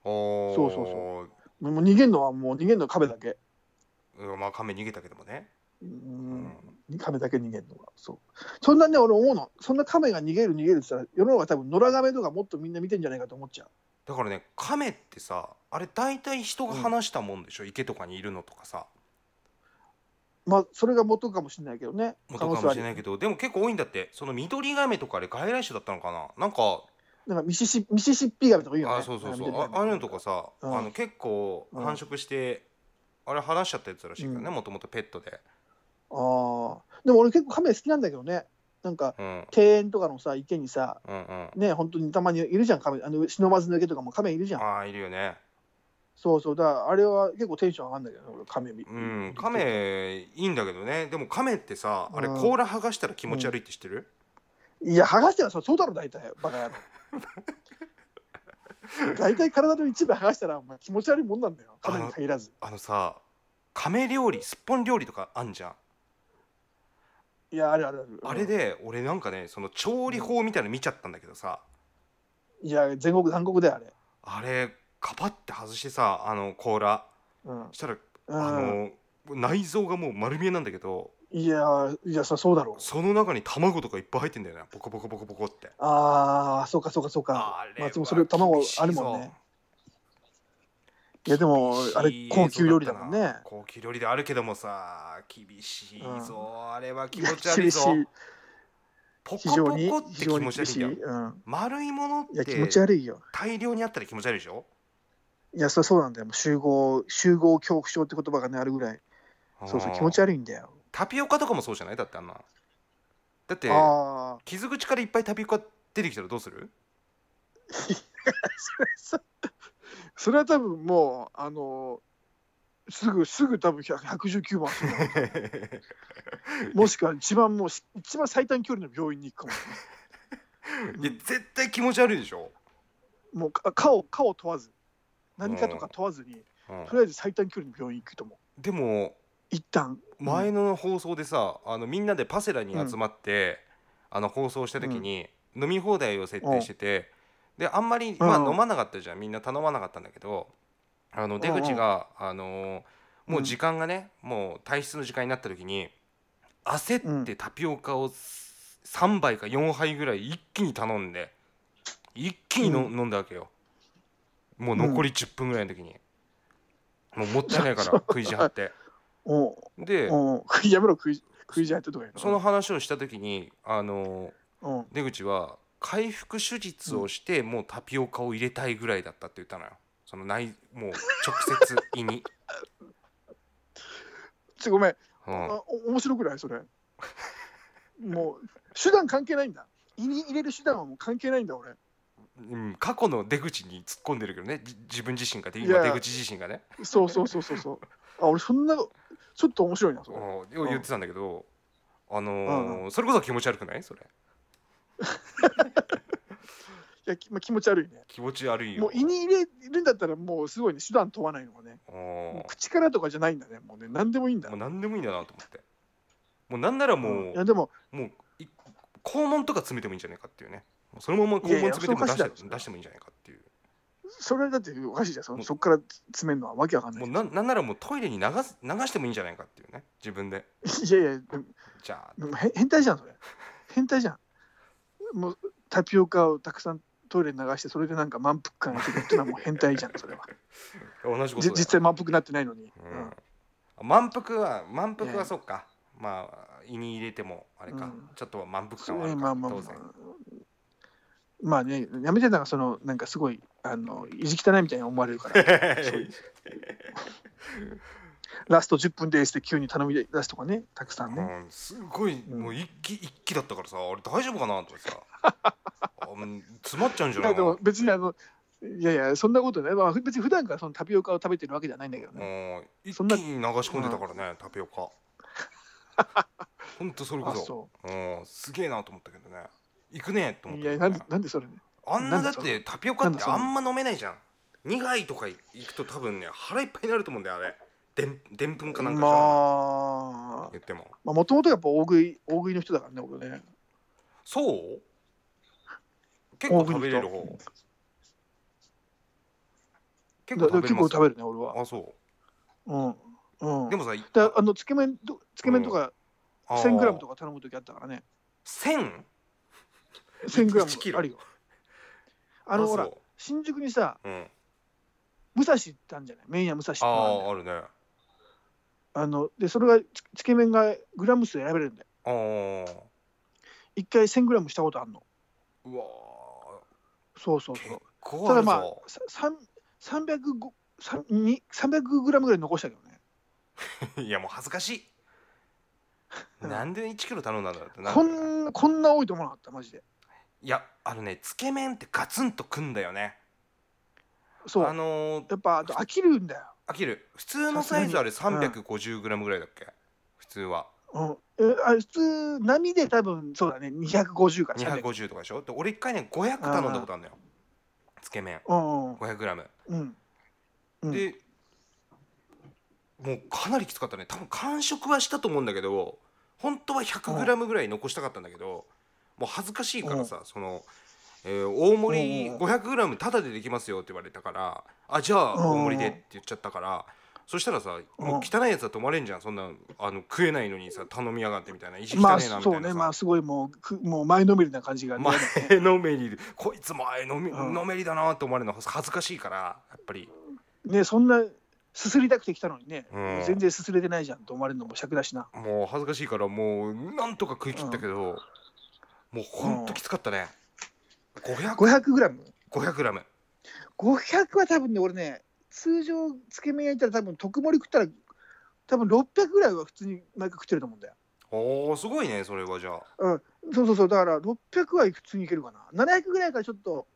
あそう
そうそう
そう
もう逃げんのはもう逃げんのは亀だけ、
うんまあ亀逃げたけどもね、
う
うんん、
亀だけ逃げんのがそうそんなね俺思うのそんな亀が逃げる逃げるって言ったら世の中多分野良亀とかもっとみんな見てんじゃないかと思っちゃう
だからね亀ってさあれ大体人が話したもんでしょ、池とかにいるのとかさ
まあそれが元かもしれないけどね
元かもしれない
い
けどでも結構多いんだってその緑亀とかあれ外来種だったのかななんか
なんかミシシミシシッピ亀とか言うよ
あ
ね
そうそうそう
なん
あ
か
あ
見
れの
てみ
と
たい
か
な
さ、
うん
あの結構
うん
繁殖して、あれ話しちゃったやつらしいけどね
うん
もともとペットで、
ああでも俺結構亀好きなんだけどねなんか
うん、
庭園とかのさ池にさ
うんうん
ね本当にたまにいるじゃん亀あの忍ばずの池とかも亀いるじゃん
ああいるよね
そうそうだからあれは結構テンション上がるんだけどね俺亀見
うん亀いいんだけどねでも亀ってさあれ
うん
甲羅剥がしたら気持ち悪いって知ってる、
いや剥がしたらそうそうだろ大体バ カ野郎大体体の一部剥がしたらお前気持ち悪いもんなんだよ亀に限らず
あのさ亀料理すっぽん料理とかあんじゃん
いやあるあるある
あれで俺なんかねその調理法みたいなの見ちゃったんだけどさ
いや全国残酷だよあれ
あれカパって外してさあの甲羅
うん
したらあ
うん
の内臓がもう丸見えなんだけど
いやいやそそうだろう
その中に卵とかいっぱい入ってんだよねボコボコボコボコって
ああそうかそうかそうか
あ
まあでもそれ卵あるもんねいやでもあ
厳
れ
しいぞ
高級料理だもん
だっ
ね
たな高級料理であるけどもさ厳しいぞ、あれは気
いや
持ち悪いぞ
厳しい
ポ
非
コ
常
ポ
に
コって
非
気
常に
持ち悪
厳
い
し
ん
い、
だ
う
よ
ん、
丸いものっ
いや気持ち
て
悪いよ
大量にあったら気持ち悪いでしょ
いやそそうなんだよもう集合集合恐怖症って言葉がねあるぐらいそうそう気持ち
悪い
悪いんだよ
タピオカとかもそうじゃないだってあんなだって
ああ
傷口からいっぱいタピオカ出てきたらどうする
それさそれは多分もうあのすぐすぐ多分100 119 番するなもしくは一番もうし一番最短距離の病院に行くか
いや絶対気持ち悪いでしょ、
ももうかかをかを問わず何かとか問わずに
うん
とりあえず最短距離の病院行くと思う
でも
一旦
前の放送でさ、あのみんなでパセラに集まって、あの放送した時に飲み放題を設定してて、であんまり、まあ、
うん
飲まなかったじゃんみんな頼まなかったんだけどあの出口が、あのーもう時間がね、もう退出の時間になった時に焦ってタピオカを3杯か4杯ぐらい一気に頼んで一気にの、飲んだわけよもう残り10分ぐらいの時に、もうもったい ないから食いしはって
おう
で、
おう 食いやめろ食い食いじゃってとか言う
その話をした時にあの
うん
出口は回復手術をしてもうタピオカを入れたいぐらいだったって言ったのよその内もう直接胃 に、
ちょごめん
うん、
あお面白くないそれもう手段関係ないんだ胃に入れる手段はもう関係ないんだ俺
うん過去の出口に突っ込んでるけどねじ自分自身がで
いや
今出口自身がね
そうそうそうそ うそうあ俺そんなちょっと面白いなそれ
うん
ん
言ってたんだけどあのーそれこそ気持ち悪くないそれ
いや、きまあ、気持ち悪いね
気持ち悪いよ
もう胃に入れるんだったらもうすごいね手段問わないのがね
うん
も
も
う口からとかじゃないんだねもうね何でもいいんだ
う何でもいいんだなと思ってもうなんならもう、
いやでも
もうい肛門とか詰めてもいいんじゃないかっていうねもうそのまま肛門詰めても
い
出して
やいやそれおかしいだろ
出してもいいんじゃないかっていう
それだっておかしいじゃんそ
も
の
う
そっから詰めるのはわけわかんな
もう
い
ななんならもうトイレに流す流してもいいんじゃないかっていうね自分で
いやいやでも
じゃ
でもへ変態じゃんそれ変態じゃんもうタピオカをたくさんトイレに流してそれでなんか満腹感が出るってのはもう変態じゃん それは
あ同じことだ
じ
よ
実際満腹になってないのに、
うんあ満腹は満腹
ね
はそっか、まあ胃に入れてもあれか、
うん
ちょっとは満腹
そ
感
う
はあ
ね
るか、
まあまあま
当
あ
然、
まあねやめてたのがそのなんかすごいあの意地汚いみたいに思われるから そういうラスト10分ですって急に頼み出すとかねたくさんね、
うん、すごい、
ん
もう一気一気だったからさあれ大丈夫かなとか さあうん詰まっちゃうんじゃ
い
ない
やで
かな
も別にあのいやいやそんなことない、まあ、別に普段からそのタピオカを食べてるわけじゃないんだけどね、
うん一気
そんな
に流し込んでたからね、タピオ カほんとそれこ
あ
そ
そ
うん、すげえなと思ったけどね行くねと思っ
い
たけ
や
ど
な
ね
んなんでそれね
あんなだっ
なんで
てタピオカっ
なん
て
でそ
あ
の
んま飲めないじゃん2杯とかいくと多分ね腹いっぱいになると思うんだよあれでんでんぷんかなんかじゃん
まあ
言っても
もともとやっぱ大食い大食いの人だからね俺ね
そう結
大
構
食
食べ
いの人
れる方結結構
だだ
食べれ
結
ま
構
す
食べるね俺は
あそ
うんうん
うでもさい
だあのつけ麺とつけ麺とか
あー
1000g とか頼む時あったからね
1000? 1キ
1000g
ロ
あるよあのほら
そう
新宿にさ
うん、
武蔵行ったんじゃない麺屋武蔵って
あ
のがあるんだ
ああ
よ
るねあ
あのでそれがつつけ麺がグラム数選べるんだよ
あー
一回 1000g したことあるの
うわ
そうそう
ー
そ
結
う
構
た
あ
だ
るぞ、
まあさ三300ご三に 300g ぐらい残したけどね
いやもう恥ずか しい
うん
なんで1キロ頼んだんだろうってなる
こんこんな多いと思わなかったマジで
いやあのねつけ麺ってガツンとくんだよね
そう
あのー
やっぱあと飽きるんだよ
あきる普通のサイズあれ
すがに
350g ぐらいだっけ、普通は
うん、えあれ普通波で多分そうだね250から300
250とかでしょで俺一回ね500頼んだことあるのよつけ麺
うんうん
500g
うんうん
で、もうかなりきつかったね多分完食はしたと思うんだけど本当は 100g ぐらい残したかったんだけど、もう恥ずかしいからさ、その、えー大盛り
うん
500g タダでできますよって言われたからあじゃあ
うん
大盛りでって言っちゃったから、そしたらさもう汚いやつは泊まれんじゃんそんなあの食えないのにさ頼みやがってみたいな意地汚い
ま
な
あ
みたいなさ、
そうねまあすごいもうくもう前のめりな感じがね
前 のめりでこいつ前のめ,、
うん
のめりだなって思われるの恥ずかしいからやっぱり
ねそんなすすりたくて来たのにね、
うん
全然すすれてないじゃんと思われるのも尺だしな
もう恥ずかしいからもうなんとか食い切ったけど、もうほんときつかったね、500
500g500
500g
は多分ね俺ね通常つけ麺焼いたら多分特盛り食ったら多分600ぐらいは普通に毎回食ってると思うんだよ
おーすごいねそれはじゃあ
そうそうそうだから600は普通にいけるかな700ぐらいからちょっと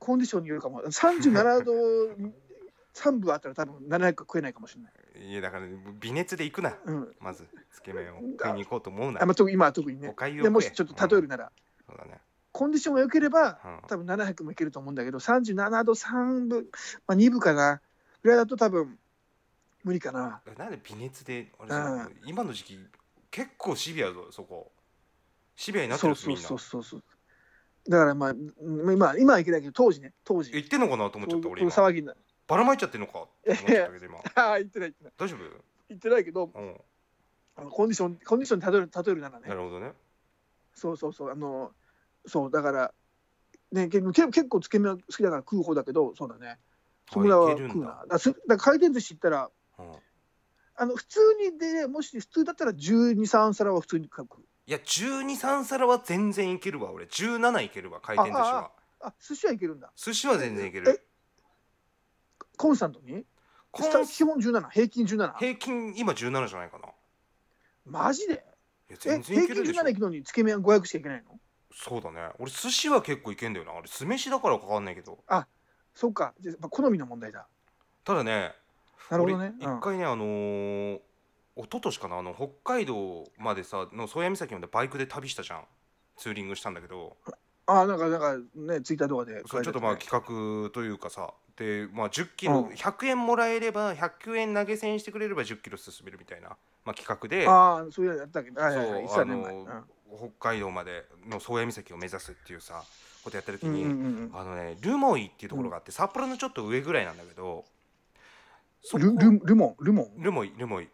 コンディションによるかも37度3分あったら多分700は食えないかもしれない、
いやだから微熱で行くな
うん
まずつけ麺を食いに行こうと思うな
あまあ、特に今は特に
お
ね
かゆを食
で
え
もしちょっと例えるなら、
うんそうだね、
コンディションが良ければ
うん
多分700もいけると思うんだけど37度3分、まあ、2分かなぐらいだと多分無理かな
なんで微熱であれ
うん
さ今の時期結構シビアぞそこシビアになって
そ
る
う
ぞ
そ
み
うん
な
そうそうそうだからまあうん今今はいけないけど当時ね当時
言ってんのかなと思っちゃった
こう
俺今
騒ぎにな
ばらまいちゃってんのかって思っちゃったけど今
ああ言ってない言ってない
大丈
言ってないけど
夫うん
あのコンディションコンディションに例える例えるなら
な
ね
るほどね
そうそうそうあのそうだからね結構け結構つけ麺は好きだから食う方だけどそうだねそこら
あ
はい
ける
食
ん
うな
だ
だからすだから回転寿司行ったら
うん
あの普通にでもし普通だったら1 2 3皿は普通に書く
いや123皿は全然いけるわ俺17いけるわ回転寿司
あ
は
あ寿司はいけるんだ
寿司は全然いける
コンスタントに
コン
基本17平均17
平均今17じゃないかない
マジで
や
え
全然
平
いけ
均
るでしょ
17いくのにつけ麺は500しかいけないの
そうだね俺寿司は結構いけんだよなあれ酢飯だからかかんないけど
そっかじゃあやっぱ好みの問題だ
ただね
なるほどね、
俺一回ねあのー一昨年かなあの北海道までさの宗谷岬までバイクで旅したじゃんツーリングしたんだけど
ああなんかなんかねツイッターとかで
そうちょっとまあ
き
企画というかさで、まあ、10キロ、
うん
100円もらえれば100円投げ銭してくれれば1 0キロ進めるみたいな、まあ、企画で
ああそういうのやったっけはいはいはいいつ
そう
だ
あ
ね前
の
うん
北海道までの宗谷岬を目指すっていうさことやった時
うん
に、
うんうん
あのねルモイっていうところがあって札幌のちょっと上ぐらいなんだけどそこ
ルルルモンルモン
ルモイルモイ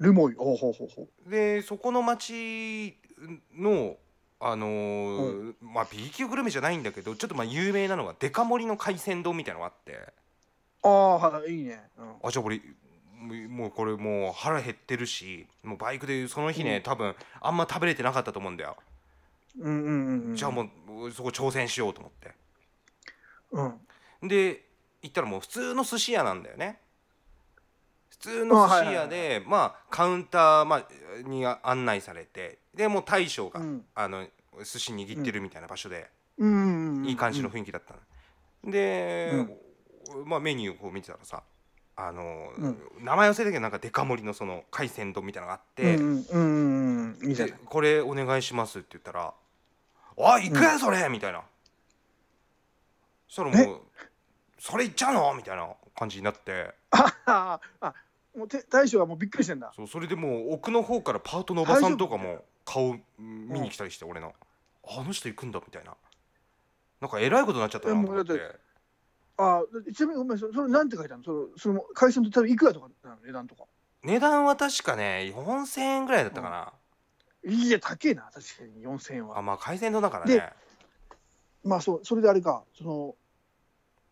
ルモイおうほうほうほ
でそこの町のあのー
う
まあ B 級グルメじゃないんだけどちょっとまあ有名なのがデカ盛りの海鮮丼みたいなのがあって
うああはいいいねうん
あじゃあ俺もうもうこれもう腹減ってるしもうバイクでその日ね、
うん
多分あんま食べれてなかったと思うんだよ、
うんうんうんうん
じゃあもうそこ挑戦しようと思って
うん
で行ったらもう普通の寿司屋なんだよね普通の寿司屋
あはい
でまあカウンターまあに案内されてでもう大将が、
うん
あの寿司握ってるみたいな場所で、
うんうんうん
いい感じの雰囲気だったの、で、まあメニューをこう見てたらさあの、名前忘れたけどなんかデカ盛りのその海鮮丼みたいなのがあって、
うんうんうんうんいいじゃ
で
ない
これお願いしますって言ったら「おい行くよそれ!」みたいなそしたらもう「それ行っちゃうの?」みたいな感じになって
あああもうて大将はもうびっくりしてんだ
そうそれでもう奥の方からパートのおばさんとかも顔見に来たりして俺の「あの人行くんだ」みたいななんかえらいことになっちゃったなと思っ
いやもう
て
あーちなみにごめんそれそれなんて書いてあるのそのその海鮮と多分いくらとかなの値段とか
値段は確かね4000円ぐらいだったかな、
いや高えな確かに4000円
あ
は
まあ海鮮丼だからね
でまあそうそれであれかその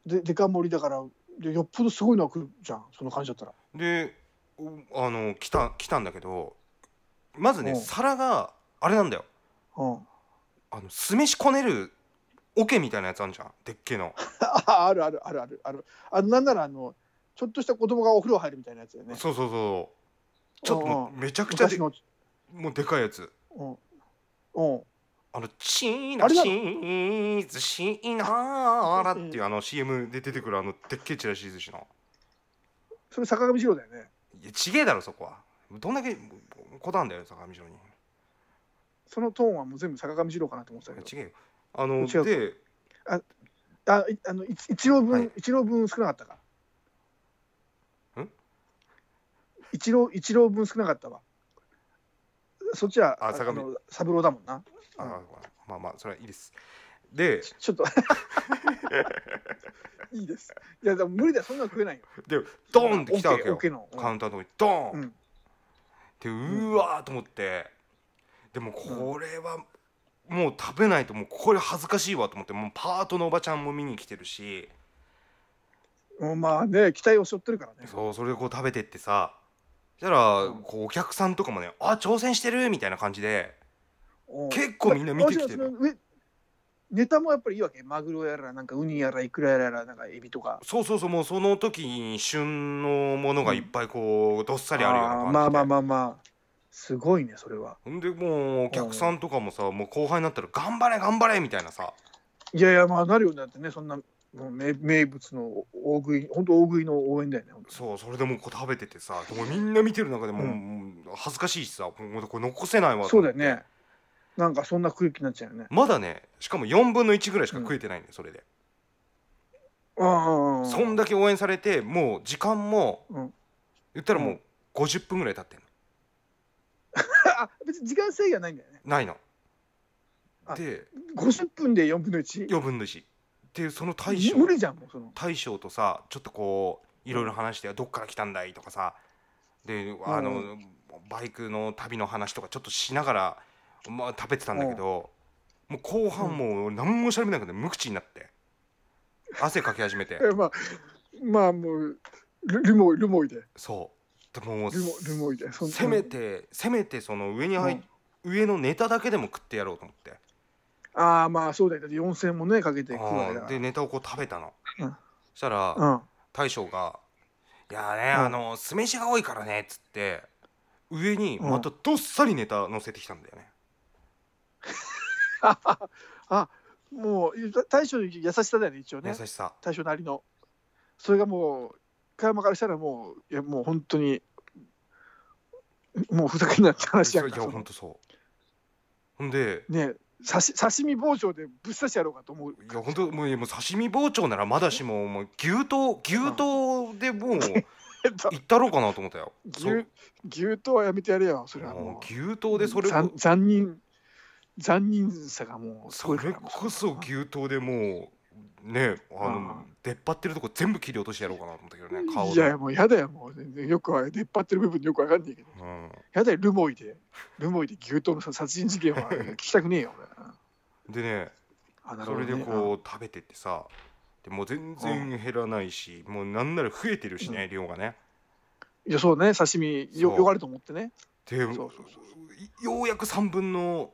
でデカ盛りだからでよっぽどすごいのが来るじゃんその感じだったら
でおあの来た来たんだけどまずね
うん
皿があれなんだよ
うん
あの酢飯こねる桶みたいなやつあんじゃんでっけえの、
ああるあるあるあるあるあのなんならあのちょっとした子供がお風呂入るみたいなやつだよね
そうそうそうちょっとも
う
う
ん
めちゃくちゃで
昔の
もうでかいやつ
うんうん
あのチーナ
あれな
チ
の
ーズシーナーラっていうあの CM で出てくるあのでっけえチラシ寿司の
それ坂上二郎だよね
いやちげえだろそこはどんだけこだわんだよ坂上城に
そのトーンはもう全部坂上二郎かなと思ってたけど
違えよあの
違う
で
あいあのい一郎分、
はい
一郎分少なかったか
ん
一郎一郎分少なかったわそっちは
あ
あ
坂
あ
上
の三郎だもんな
あまあまあそれはいいですで
ち ちょっといいですいやでも無理だよそんなの食えないよ
でドーンって来たわけ
オ
よ
ッケーオッケーの
カウンターのとこにドーン、
うん
でうーわーと思ってでもこれはもう食べないともうこれ恥ずかしいわと思ってもうパートのおばちゃんも見に来てるし
もうまあね期待を背負ってるからね
そうそれでこう食べてってさそしたら
うん
こうお客さんとかもね「あ挑戦してる!」みたいな感じで
うん
結構みんな見てきてる
まあもちろんその上ネタもやっぱりいいわけマグロやらなんかウニやらイクラやらなんかエビとか
そうそうそうもうその時に旬のものがいっぱいこうどっさりあるような感じ
あー
で
まあまあまあまあすごいねそれは
ほんでもうお客さんとかもさもう後輩になったら「頑張れ頑張れ!」みたいなさ
いやいやまあなるようになってねそんなもう名名物の大食い本当大食いの応援だよね本当
そうそれでもうこう食べててさでもみんな見てる中でもう
う
もう恥ずかしいしさもうこれ残せないわと
そう
思
だ
っ
よ
て
ねなんかそんな空気になっちゃうよね
まだねしかも4分の1ぐらいしか食えてないんだよそれで、
ああ
そんだけ応援されてもう時間も、
うん
言ったらも
う
う50分ぐらい経ってんの
あ別に時間制限はないんだよね
ないの
あ
で
50分で4分の1
4分の1でその大将
無理じゃんもうその
大将とさちょっとこういろいろ話して「どっから来たんだい?」とかさであの、
う
バイクの旅の話とかちょっとしながら、まあ、食べてたんだけど、もう後半もう何もしゃべなくて無口になって汗かき始め て
えまあまあもうルルモイルモイで
そうでももう
ルモルモイでそん
せめてせめてその上に入っ、上のネタだけでも食ってやろうと思って
ああまあそうだよだって4000もねかけて食うわけだ
あー
か
でネタをこう食べたの、
うん
そしたら、
ら
大将が「いやーね、
うん
あの酢飯が多いからね」っつって上にまたどっさりネタ載せてきたんだよね、
うんもうだ大将の優しさだよね一応ね
優しさ
大将なりのそれがもう加山からしたらもういやもう本当にもうふざけんなって話
そ
や
うんい
か
や
そ
ほん
の
とそうほんで
ね刺し刺身包丁でぶっ刺してやろうかと思う
いやほんともういやもう刺身包丁ならまだしももう牛刀牛刀でもうい
えっと
ったろうかなと思ったよそう
牛牛刀はやめてやれよそれは
も
も
う
う
牛刀でそれ
残
こ
残忍残忍さがもうす
そ
ごいか
れ
らもう
こそ牛刀でもうねあの、
うん
出っ張ってるとこ全部切り落としてやろうかなと思ったけどね顔
い
で
やいやもうやだよもう全然よくは出っ張ってる部分よくわかんないけど
うん
やだよルモイでルモイで牛刀の殺人事件 は聞きたくねえよ
で
俺
ね
あなる
そ
ほ
れ
ど
で
ね
こう食べてってさでもう全然減らないし、もうなんなら増えてるしね、量がね
いやそうね刺身よ
そう
よがると思ってね
で
そうそうそう
いようやく3分の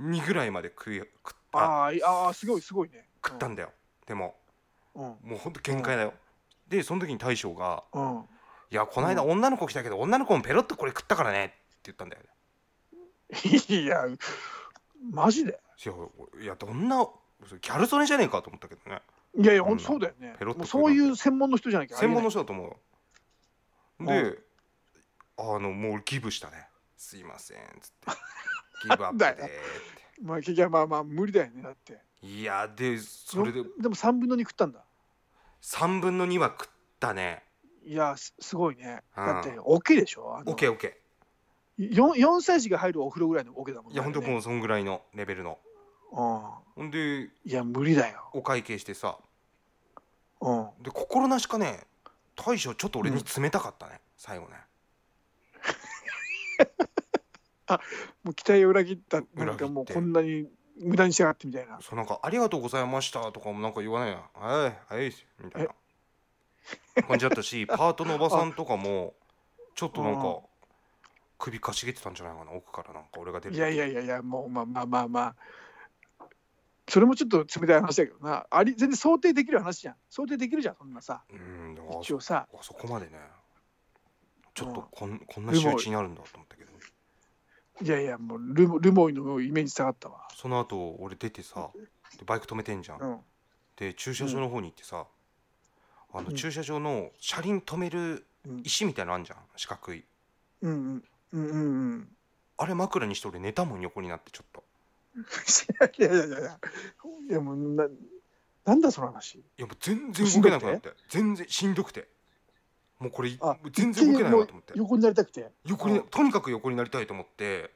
2ぐらいまで食い食った
あーいあーすごいすごいね
食ったんだよでも
うんうん
もうほんと限界だよ、でその時に大将が
うん
「いやこの間女の子来たけど女の子もペロッとこれ食ったからね」って言ったんだよね
いやマジで
いや俺いやどんなギャル曽根じゃねえかと思ったけどね
いやいや
うん
ほんとそうだよね
ペロッと
もうそういう専門の人じゃなきゃ
専門の
の
人だと思うよであのもう俺ギブしたね「すいません」っつって「ギブアップで」
だ
っ
よ
て
まあ結局はまあまあ無理だよねだって
いやでそれで
よでも3分の2食ったんだ
3分の2は食ったね
いやすすごいね
うん
だって大きいでしょあの
OKOK
よん4歳児が入るお風呂ぐらいのオケだもん
いやほんと
う
もうそんぐらいのレベルの
ん
ほんで
いや無理だよ
お会計してさ
うん。
で心なしかね大将ちょっと俺に冷たかったね、最後ね
もう期待を裏切ったなん
裏切
か
って
もうこんなに無駄にしやがってみたいな
そうなんか「ありがとうございました」とかもなんか言わないや「はいはい」みたいな感じだった しパートのおばさんとかもちょっとなん
うん
か首かしげてたんじゃないかな奥からなんか俺が出る
いやいやいやいやもうまあまあまあまあそれもちょっと冷たい話だけどなあり全然想定できる話じゃん想定できるじゃんそんなさ
うんだから
一応さ
あそこまでねちょっと
うん
こんこんな仕打ちになるんだと思ったけど
いやいやもうルモルモイのイメージ下がったわ
その後俺出てさでバイク止めてんじゃん
うん
で駐車場の方に行ってさ、あの
うん
駐車場の車輪止める
うん
石みたいなのあんじゃん四角い
うんうんうんうん うん
あれ枕にして俺寝たもん横になってちょっと
いやいやいやいやいやもうななんだその話
いやもう全然動けなくなって全然しんどくてもうこれい
あ
全然動けないなと思って
横になりたくて
横にとにかく横になりたいと思って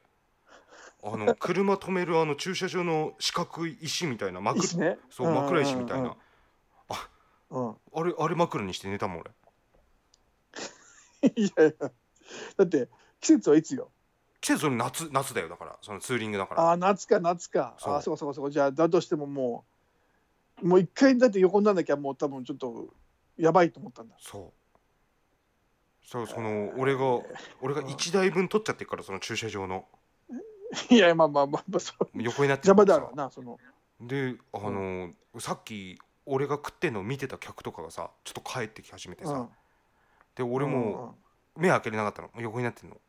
あ の車止めるあの駐車場の四角い石みたいな
で
枕
すね
そう枕石みたいな
うん
あれあれ枕にして寝たもん俺
いやいやだって季節はいつよ
季節それ夏夏だよだからそのツーリングだから
ああ、夏か夏か。
そう
ああ、そうかそうかそうか。じゃあ、だとしてももう、もう一回だって横にならなきゃ、もう多分ちょっと、やばいと思った んだ。
そうそうその俺が俺が1台分取っちゃってっからその駐車場の
いや、まあまあまあ、まあ、そう
横になって
邪
るから
魔だ
さ
ろうな、その。
であのさっき俺が食ってんのを見てた客とかがさちょっと帰ってき始めて
う
さ
ん、
で俺も目開けれなかったの横になってんの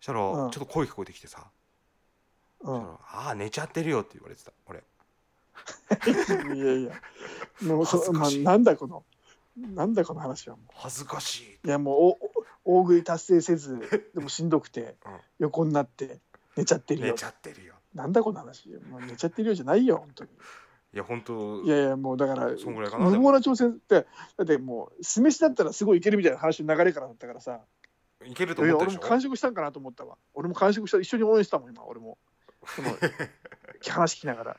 そしたらち
う
ょ
ん
っと声聞こえてきてさ
う
「そし
ん、う
たらああ寝ちゃってるよ」って言われてた俺
ん。いやいや、もう
恥ず
そ、ま
か
あ、
しい
なんだこの、なんだこの話はも。
恥ずかしいう
いや、もうおお、大食い達成せず、でもしんどくて、
うん
横になって、寝ちゃってる
寝
よ
ち。ゃってるよ
なんだこの話。もう寝ちゃってるよじゃないよ、本当に。
いや本当
いやいやもうだから
そんぐらいかな
無謀な挑戦ってだってもう酢飯だったらすごいいけるみたいな話の流れからだったからさ
いける
い
と思
や
った
俺
でし
も
ょ
完食したんかなと思ったわ俺も完食した一緒に応援したもん今俺もその話聞きな がら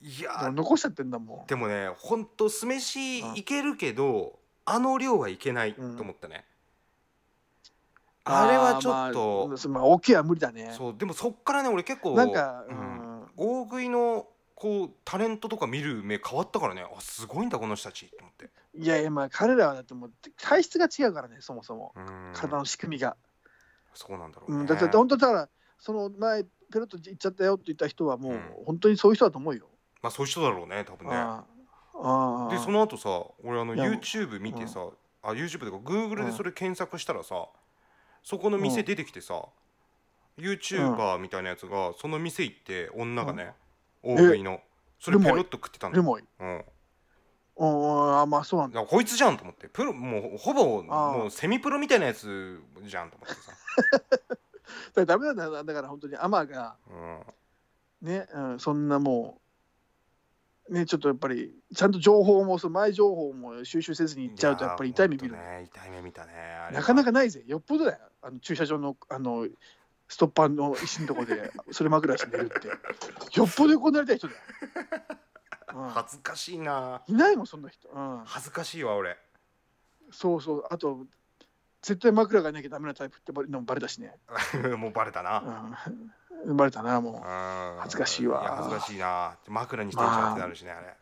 いや
でも
ー
残しちゃってんだもん
でもねほんと酢飯いけるけど、あの量はいけないと思ったね、あれはちょっ
あーまあ
と、
そまあ、大きいは無理だね
そうでもそっからね俺結構
なんか
う
うんん、
大食いのこうタレントとか見る目変わったからねあすごいんだこの人たちと思って
いやいやまあ彼らはだってもう体質が違うからねそもそも
うん
体の仕組みが、
そうなんだろう
う
ね、
んだって本当だからその前ペロッと行っちゃったよって言った人はもう
う
本当にそういう人だと思うよ、
まあそういう人だろうね多分ね
ああああ
でその後さ俺あの
いや
YouTube 見てさ、あ YouTube とか Google でそれ検索したらさ、そこの
う
店
ん
出てきてさ、YouTuber みたいなやつがその店行って女がね、大食いのそれ
ル
ペ
モイ
ロッと食ってたんだ
ル
よ、
モイ。
うん、だ
うん、あ、まあそうなんだ。
からこいつじゃんと思ってプロもうほぼ
あー
もうセミプロみたいなやつじゃんと思ってさ、
だからダメなんだよだから本当にアマが
うん、
ね、うん、そんなもう、ね、ちょっとやっぱり、ちゃんと情報も、その前情報も収集せずに行っちゃうと、やっぱり痛い目見る
いやー。ほんとね痛い目見たねあれは
なかなかないぜ。よっぽどだよ。あの駐車場の、あの、ストッパーの石のとこで、 それ枕して寝るって。よっぽど横になりたい人だよ。 う、
恥ずかしいなん
いないもん、そんな人。うん。
恥ずかしいわ俺
そうそう。あと、絶対枕がいなきゃダメなタイプってバレのもバレたしね。
もうバレたな、
うん。 バレたな、もう。
恥
ずかしいわ
恥ずかしいな枕にしてるじゃんってなるしね、あ、れ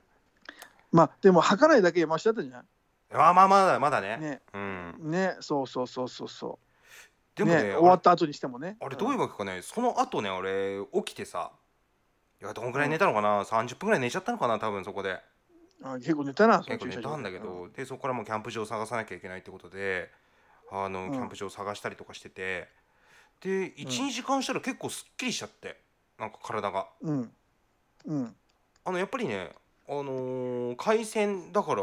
まあでも吐かないだけマシだったんじゃ
まあまあまだまだね
ないね
うん
ねそうそうそうそうそ
で
う
も
ね
ね
終わった後にしてもね
あれあれどういうわけかねその後ね俺起きてさいやどんぐらい寝たのかな、30分ぐらい寝ちゃったのかな多分そこで
うんあ結構寝たなそ
結
の
構寝たんだけど、でそこからもうキャンプ場を探さなきゃいけないってことであの、
うん
キャンプ場を探したりとかしててで12、時間したら結構すっきりしちゃってなんか体が
うんうん
あのやっぱりねあのー海鮮だから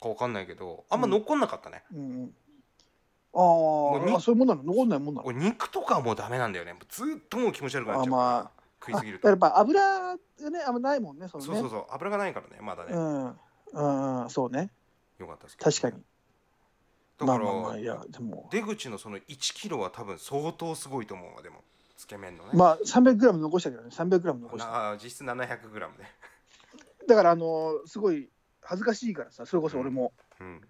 かわかんないけどあんま残んなかったね、
うんうん
う
あ
に
ーあそういうもんなの残んないもんなの
俺肉とかもうダメなんだよねずーっともう気持ち悪くなっちゃうから、
あま
食いすぎる
あ
と
やっぱ油がねあんまないもんねそのね
そうそうそう油がないからねまだね、
うんうんそうね
よかったですけど
確かに
だか
まあ
ら、
まあまあいやでも
出口のその1キロは多分相当すごいと思うわでもつけ麺のね、
まあ 300g 残したけどね 300g 残した
なあ実質7 0 0ムで
だからあのーすごい恥ずかしいからさそれこそ俺も
うん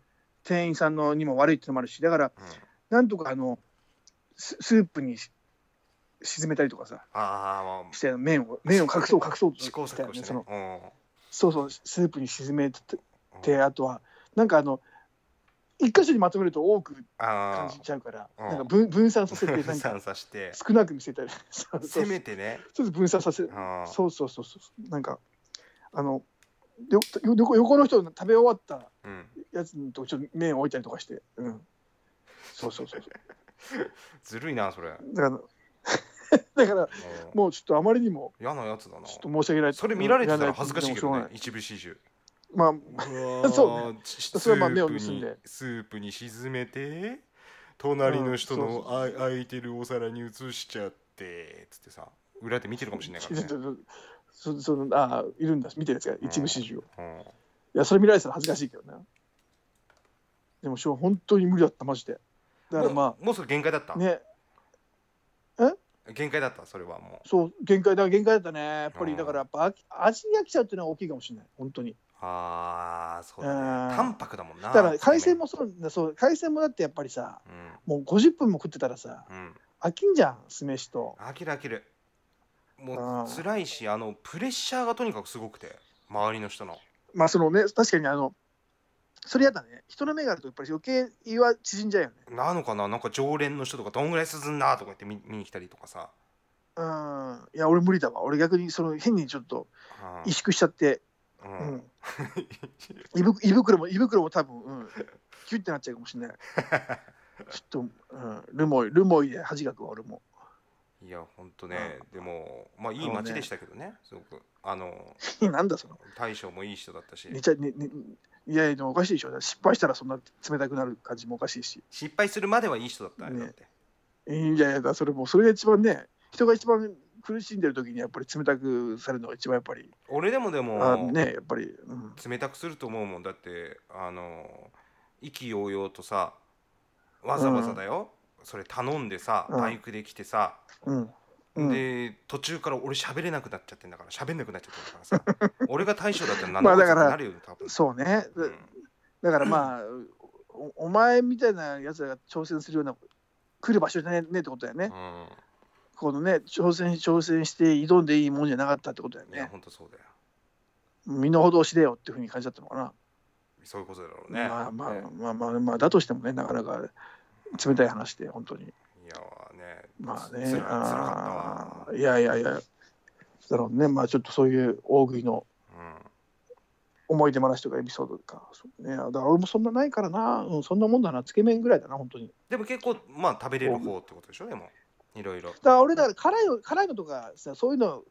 店員さんのにも悪いってのもあるしだから
うん
なんとかあのススープにし沈めたりとかさ
ああまあ
して麺を麺を隠そう隠そうと
試行
した
錯
よ
誤
ね
して
そ
ね
のそうそうスープに沈めててあとはなんかあの一箇所にまとめると多く
うんあ
感
あ
じちゃうから
うん
なんか分分散させてな
分
んか
散させて
少なく見せたりそうそう
せめてね
ちょっと分散させる
あー
そうそうそうそうなんかあのよよ横横の人の食べ終わった
うん
やつにとちょっと麺を置いたりとかして、うん、そうそうそうそ
ずるいなそれ
うだからだから
うん
もうちょっとあまりにも
嫌なやつだな
ちょっと申し訳ない
それ見られてた
う
ら
ん
恥ずかしいけ
や
ど
ら
ね
ない
一部始終
まあ そう
ね
それはまあ目を盗んで
スープに沈めて隣の人
うんそう
のあ空いてるお皿に移しちゃってつってさ裏で見てるかもしれないからね
ちょっとそそのあーいるんだ見てるやつが一部始終を、い
うん
やそれ見られてたら恥ずかしいけどなでもしょう本当に無理だったマジでだからま
もうもうそれ限界だった
あね
限界だったそれはもう
そう限界だ限界だったねやっぱ
う
り
ん
だからやっぱ飽き味に飽きちゃうっていうのは大きいかもしれない本当に
ああそうだ
う
ね
ん
淡白だもんな
だから海鮮もそうだそう海鮮もだってやっぱりさ
うん
もう50分も食ってたらさ
うん
飽きんじゃん酢飯と
飽きる飽きる
う
も
ん
う辛いしあのプレッシャーがとにかくすごくて周りの人の
まあそのね確かにあのそれやだね人の目があるとやっぱり余計胃は縮んじゃうよね
なのかななんか常連の人とかどんぐらい涼んだとか言って見見に来たりとかさ
うんいや俺無理だわ俺逆にその変にちょっと萎縮しちゃって、
う
う ん
うん
ん、胃ぶ胃袋も胃袋も多分、うん、キュッてなっちゃうかも しれないちょっと、うん、ルモイルモイで恥かくわ俺も
いやほんとねでもまあいい街でしたけどねすごくあの
なんだその
大将もいい人だったし
寝ちゃ、ねね、いやいやでもおかしいでしょ失敗したらそんな冷たくなる感じもおかしいし
失敗するまではいい人だったあれだって
いやいやだそれもうそれが一番ね人が一番苦しんでる時にやっぱり冷たくされるのが一番やっぱり
俺でもで
あ
も
ねやっぱり、うん、
冷たくすると思うもんだってあの意気揚々とさわざわざだよ、それ頼んでさ
うん
バイクで来てさ、
うんうん
で途中から俺喋れなくなっちゃってんだから喋んなくなっちゃってんだ からさ俺が大将だったら何
まあ
だ
だから
なるよ多分
そうねだ
うん
だからまあおお前みたいなやつらが挑戦するような来る場所じゃねねってことだよね、
う
このね挑戦挑戦して挑んでいいもんじゃなかったってことだよ
ん、いや
ね
ほんとそうだよ
身の程を知れよっていうふうに感じだったのかな
そういうことだろうね
まあまあ
ね
まあまあまあだとしてもねなかなか冷たい話で本当に
いやね
まあね
つらつら
あ
か
ーいやいやいやだろうねまあちょっとそういう大食いの
ったわ、うん
思い出話とかエピソードとかそうねだから俺もそんなないからな、うん、そんなもんだなつけ麺ぐらいだな本当に
でも結構まあ食べれる方ってことでしょでもいろいろ
だから俺だから辛いの辛いのとかさそういうの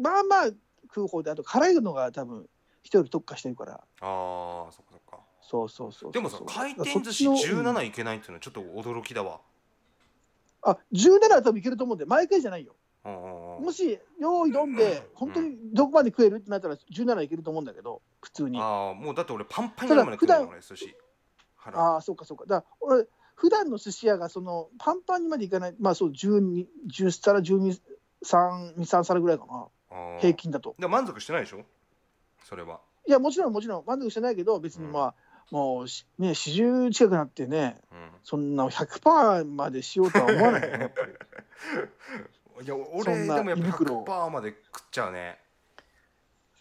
まあまあ食う方であと辛いのが多分人より特化してるから
ああそっかそっか
そうそうそうそう
でもさ
そう
回転寿司
だからそっちのうん
17いけないっていうのはちょっと驚きだわ。
あ17は多分いけると思うんで毎回じゃないよ
うんうんうん
もし用意どんで本当にどこまで食えるってなったら17いけると思うんだけど普通に
ああもうだって俺パンパンになるまで食う
た
も
だ
ん俺寿司。腹
ああ、そうかそうか。だから俺、普段の寿司屋がそのパンパンにまでいかない、まあそう、12 10皿、12、3、2、3皿ぐらいかな、
あー
平均だと。
で満足してないでしょそれは。
いや、もちろん、もちろん、満足してないけど、別に
うん
まあ、もうしね、40近くなってね、
う
そんな100%までしようとは思 わないよね、やっぱり。
ん、いや
そ
俺で
ん
も
な
やっぱ
胃袋を
100%まで食っちゃうね。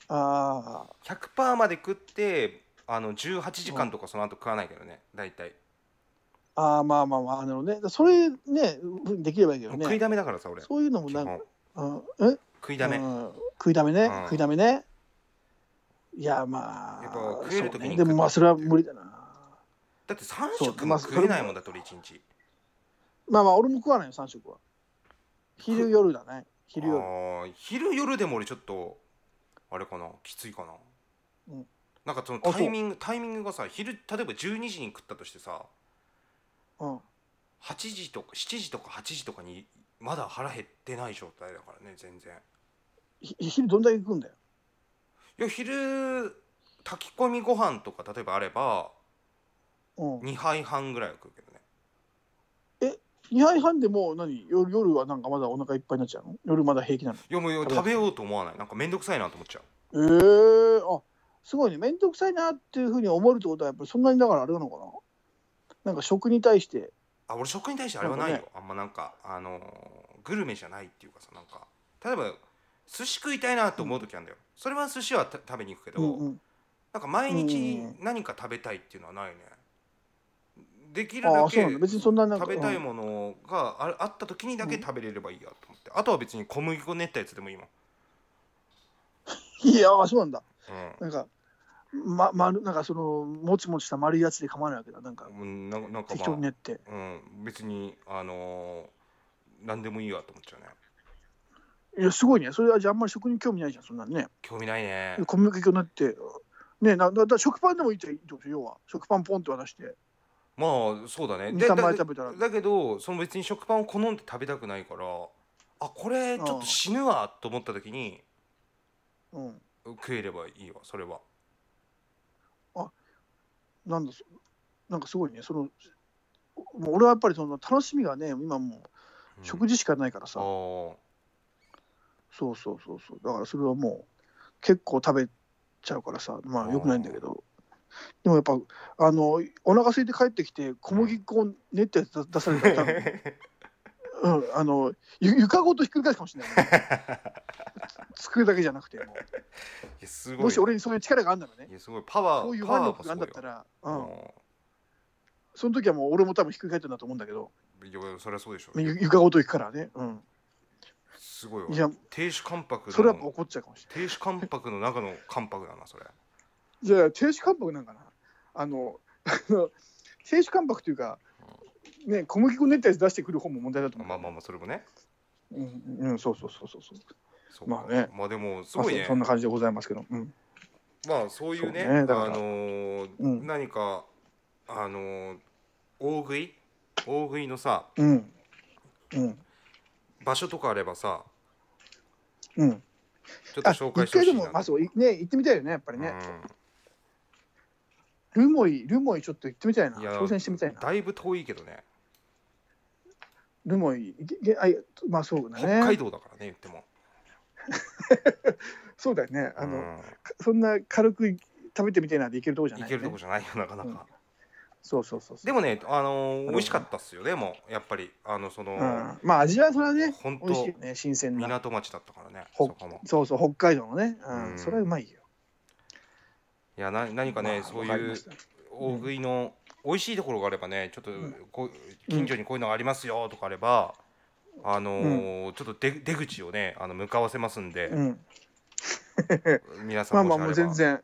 ああ、
100%まで食ってあの18時間とかその後食わないけどね大体。
ああ、まあまあまあ、なるほどね。それね、できればいいけ
も
ど
う食い
ね。
だめだからさ俺。
そういうのも
基
なんか
本、
うん、え
食いだめ。
うん食いだめね、
うん
食いだめねいやまあ
やっぱ食える時に
そうねでもまあそれは無理だな
だって3
そう
食
ま
も
あそれ
食えないもんだと俺1日。
まあまあ俺も食わないよ3食は昼夜だね昼夜
あー昼夜でも俺ちょっとあれかなきついかな、
うん
なんかその
あそう
タイミングタイミングがさ昼例えば12時に食ったとしてさ
うん
8時とか7時とか8時とかにまだ腹減ってない状態だからね全然
ひ昼どんだけ食うんだよ
いや昼炊き込みご飯とか例えばあれば
うん
2杯半ぐらいは食うけどね
2杯半でもう何夜夜はなんかまだお腹いっぱいになっちゃうの夜まだ平気なの
いやもう
食べ
食べようと思わないなんか面倒くさいなと思っちゃう
ええあすごいね面倒くさいなっていうふうに思えるってことはやっぱりそんなにだからあれなのかななんか食に対して
あ俺食に対してあれはないよ、
なんか
あんまなんかあのーグルメじゃないっていうかさなんか例えば寿司食いたいなと思う時あるんだよ、それは寿司はた食べに行くけど、
うんうん
なんか毎日
うん
何か食べたいっていうのはないね、できる
あ
だ
あそう
け
なんだ別にそんななんか
食べたい
うん
ものがああった時にだけ食べれればいいやと思って、あとは別に小麦粉練ったやつでもいいもん、
いやあそうなんだ
うん
なんかま丸なんかそのもちもちした丸いやつで構わないわけだなんか
うん、なんかなんか
適
ま
当に
あ、
練って
うん、別にあのー、何でもいいわと思っちゃうね
いやすごいねそれはじゃああんまり食に興味ないじゃんそんなのね
興味ないね
小麦粉になってねなだだ食パンでもいいっていいってこと要は食パンポンって渡して
まあそうだねで
2
だ
枚食べたら
だけどその別に食パンを好んで食べたくないからあこれちょっと死ぬわと思った時に
うん
食えればいいわそれは
なんだそなんかすごいねそのもう俺はやっぱりその楽しみがね今もう食
事
事しかないからさ、
あー
そうそうそうそうだからそれはもう結構食べちゃうからさま
う
あ
ん
よくないんだけどでもやっぱあのお腹空いて帰ってきて小麦粉を練ったや つ出出されたら多分、うん、あのゆ床ごとひっくり返すかもしれない、 ね、作るだけじゃなくても
いやす
う
ごい
もし俺にそういう力があるならね
いやすごいパワー
そういう
パ
腕
ワーがす
力があるん
ご
だ
い
った
よ
ら、
う
うん、その時はもう俺も多分ひっくり返ってるんだと思うんだけど
んいやそれはそうでしょ
ゆ床ごと行くからね、うん、
すごい
い
わ
や
亭主関白
それはやっぱ
の
怒っちゃうかもしれない
亭主関白の中の関白だなそれ
じゃあ亭主関白なんかなあの あの亭主関白というか、ね、小麦粉練ったやつ出してくる方も問題だと思う。
まあまあまあそれもね
うん、うん、そうそうそうそうそう。
そうか
まあね
まあでもすごい
まあ
ね
そそんな感じでございますけど。うん。
まあそういうね
そうねだから
あのー
うん
何かあのー大食い大食いのさ
うん。うん。
場所とかあればさ
うん。
ちょっと
あ、
紹介
一
してほし
回で
い
も
な、
まあ、そう、いね、行ってみたいよね、やっぱりね。ルモイ、ルモイ、ちょっと行ってみたいな。
いや
挑戦してみたい
うん
な。
だいぶ遠いけどね
ルモイ、いけいけあ、いやまあ、そうだね。
北海道だからね言っても
そうだよね。あの、
うん
そんな軽く食べてみたいなんていけるとこじゃ
行
ない、
け
ね。
るとこじゃないよなかなか、
うんそうそうそうそう。
でもねあのー
ど
美味しかったっすよねもうやっぱりあのその、
うん、まあ、味はそれはね、
本
美味しい
当
よね、新鮮な。
港町だったからね
ほ
そこも
そうそう、北海道のね。うん、
うん
それはうまいよ。
いやな何かね、
まあ
そう
わかり
いう
ました
大食いの美味しいところがあればねちょっと
ん
こう近所にこういうのがありますよとかあれば、あのーちょっと出出口をねあの向かわせますんで、
うん、
皆さ
まあ
んも
ま
し
あ
れば
もう全然、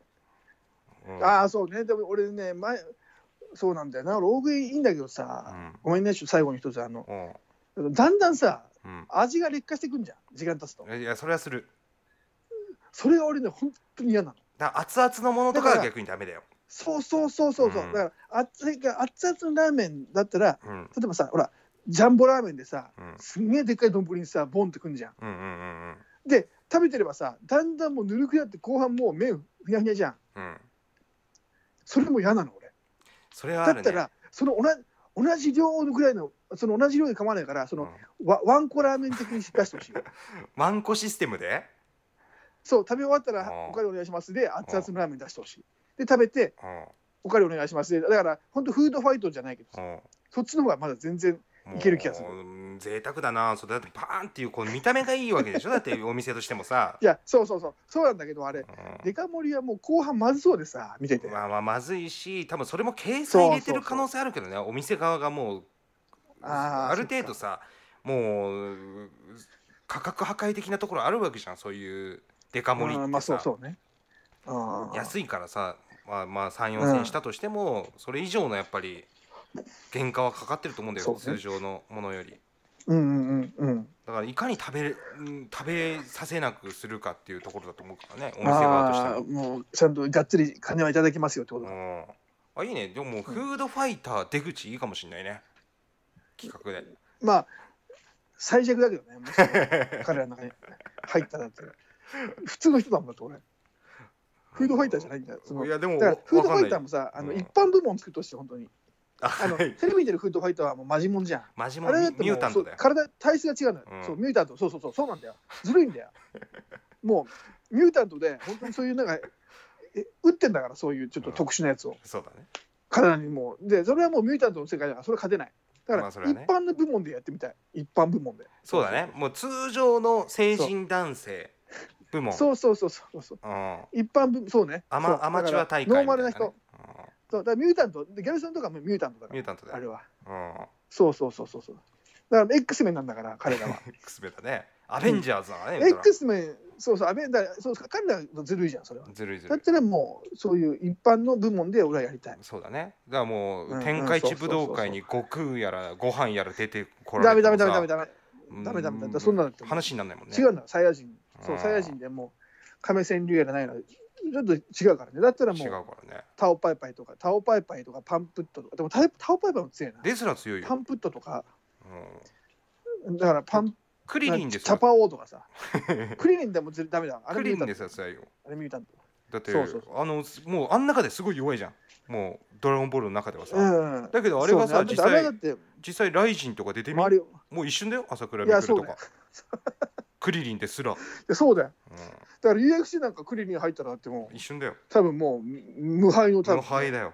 うん
ああそうねでも俺ね前そうなんだよな老食いいいんだけどさ、ごめんねちょっと最後に一つあの
うん
だんだんさ
うん
味が劣化してくんじゃん時間経つと
うんいやそれはする
それが俺ね本当に嫌なの
だから熱々のものとか
だか
は
ら
逆にダメだよ、
そうそうそうそうそう、
うん
だから熱いから熱々のラーメンだったら
うん
例えばさほらジャンボラーメンでさ
うん、
すんげえでっかい丼にさボンってくんじゃん
うんうんうんうん
で食べてればさだんだんもうぬるくなって後半もう麺ふにゃふにゃじゃん
うん
それも嫌なの俺
それはあ
だ
る
っ
ね
たらその同じ同じ量ぐらいのその同じ量で構わないからその、わワンコラーメン的に出してほしいよ
うんワンコシステムで、
そう食べ終わったら
うん
「おかわりお願いします」で熱々のラーメン出してほしいで食べて
う
「おかわりお願いします」でだから本当フードファイトじゃないけどさ
んうん
そっちの方がまだ全然いける気がする
もううん贅沢だなそれだってパーンっていうこう見た目がいいわけでしょだってお店としても さ
い、やそうそうそうそうなんだけどあれ
うん
デカ盛りはもう後半まずそうでさ見てて
まあまあまずいし多分それも計算入れてる可能性あるけどねお店側がもう
あー
る程度さもう価格破壊的なところあるわけじゃんそういうデカ盛りって
う
さ、
んまあそうそうねああ
安いからさまあ、まあ34
うん
千したとしても、それ以上のやっぱり原価はかかってると思うんだよ、
そうね
通常のものより
うんうんうんうん
だからいかに食べれうん食べさせなくするかっていうところだと思うからねお店側として
あ
も
あ。もうちゃんとがっつり金はいただきますよってことだ
うんあいいねでももうフードファイター出口いいかもしんないね企画で
まあ最弱だけどね もし彼らの中に入ったらって普通の人なんだと俺フードファイターじゃないんだよその
いやでも
だからフードファイター
も
もさあの
うん
一般部門作ってほしい本当にあ
あ
の
の
テレビに出るフードファイターはもうマジモンじゃん
マジモ
あれだっ
ン
て
ミュ
も
ータ
う
ン
そ
ト
う
だよ
体体質が違うのよ
うん
そうミュータントそうそう そうそうなんだよずるいんだよもうミュータントで本当にそういうなんかえ打ってんだからそういうちょっと特殊なやつを
そうだね
体にもうでそれはもうミュータントの世界だからそれは勝てないだ
ま
か
あそ
ら
れはね
一般の部門でやってみたい一般部門で
そうだねもう通常の成人男性部門う、
そうそうそうそうそう
うん、
一般部そうね
ア
そう
マアマチュア大会みたい
だからノーマルな
ね
人そうだからミュータントでギャルソンとかもミュータントだ
うん
か
ミュー
ら
タントだ
あれ
よ、
は
うん、
そうそうそうそうそうだから X メンなんだから彼ら は
X メンだねアベンジャーズだからね、言ったら
X メンそうそうアベンだからそうそう彼らずるいじゃんそれは
ずるいず
だ
る
っ
い
たらもうそういう一般の部門で俺はやりたい
そうだねだからも
うんう
うん天下一武道会に悟空やらご飯やら出てこら
ダ
れ
メ
て
ダ
も
メ
さ
ダメダメダメ
うん
ダメダメダメだそんなのって
話にならないもんね
違うのよサイヤ人そ
あ
う
ー
サイヤ人でもう亀川流やらないのちょっと違うからねだったらも
違う
う
からね
タオパイパイとかタオパイパイとかパンプットとかでもタイタオパイパイも強いな
レスラー強いよ、
パンプットとか
うん
だからパン
クリリンです
チャ
よ
パオーと かさクリリンでもずダメだあれ
ク
ミ
リ
ュー
リ
タ
ンで
ント
さ強いよ
あれミュータント
だって
そうそう
あのもうあん中ですごい弱いじゃんもうドラゴンボールの中ではさ、
うん
だけどあれがさ、
そうね
実
あれ
際
だって
実際ライジンとか出てみ
周りを
もう一瞬だよ朝倉
いや
未来と
そうだ
か、 クリリンですら、う
いやそうだよ
ん、
だから UFC なんかクリリン入ったらだってもう
一瞬だよ
多分もうむ無敗の多
無
分
敗だよ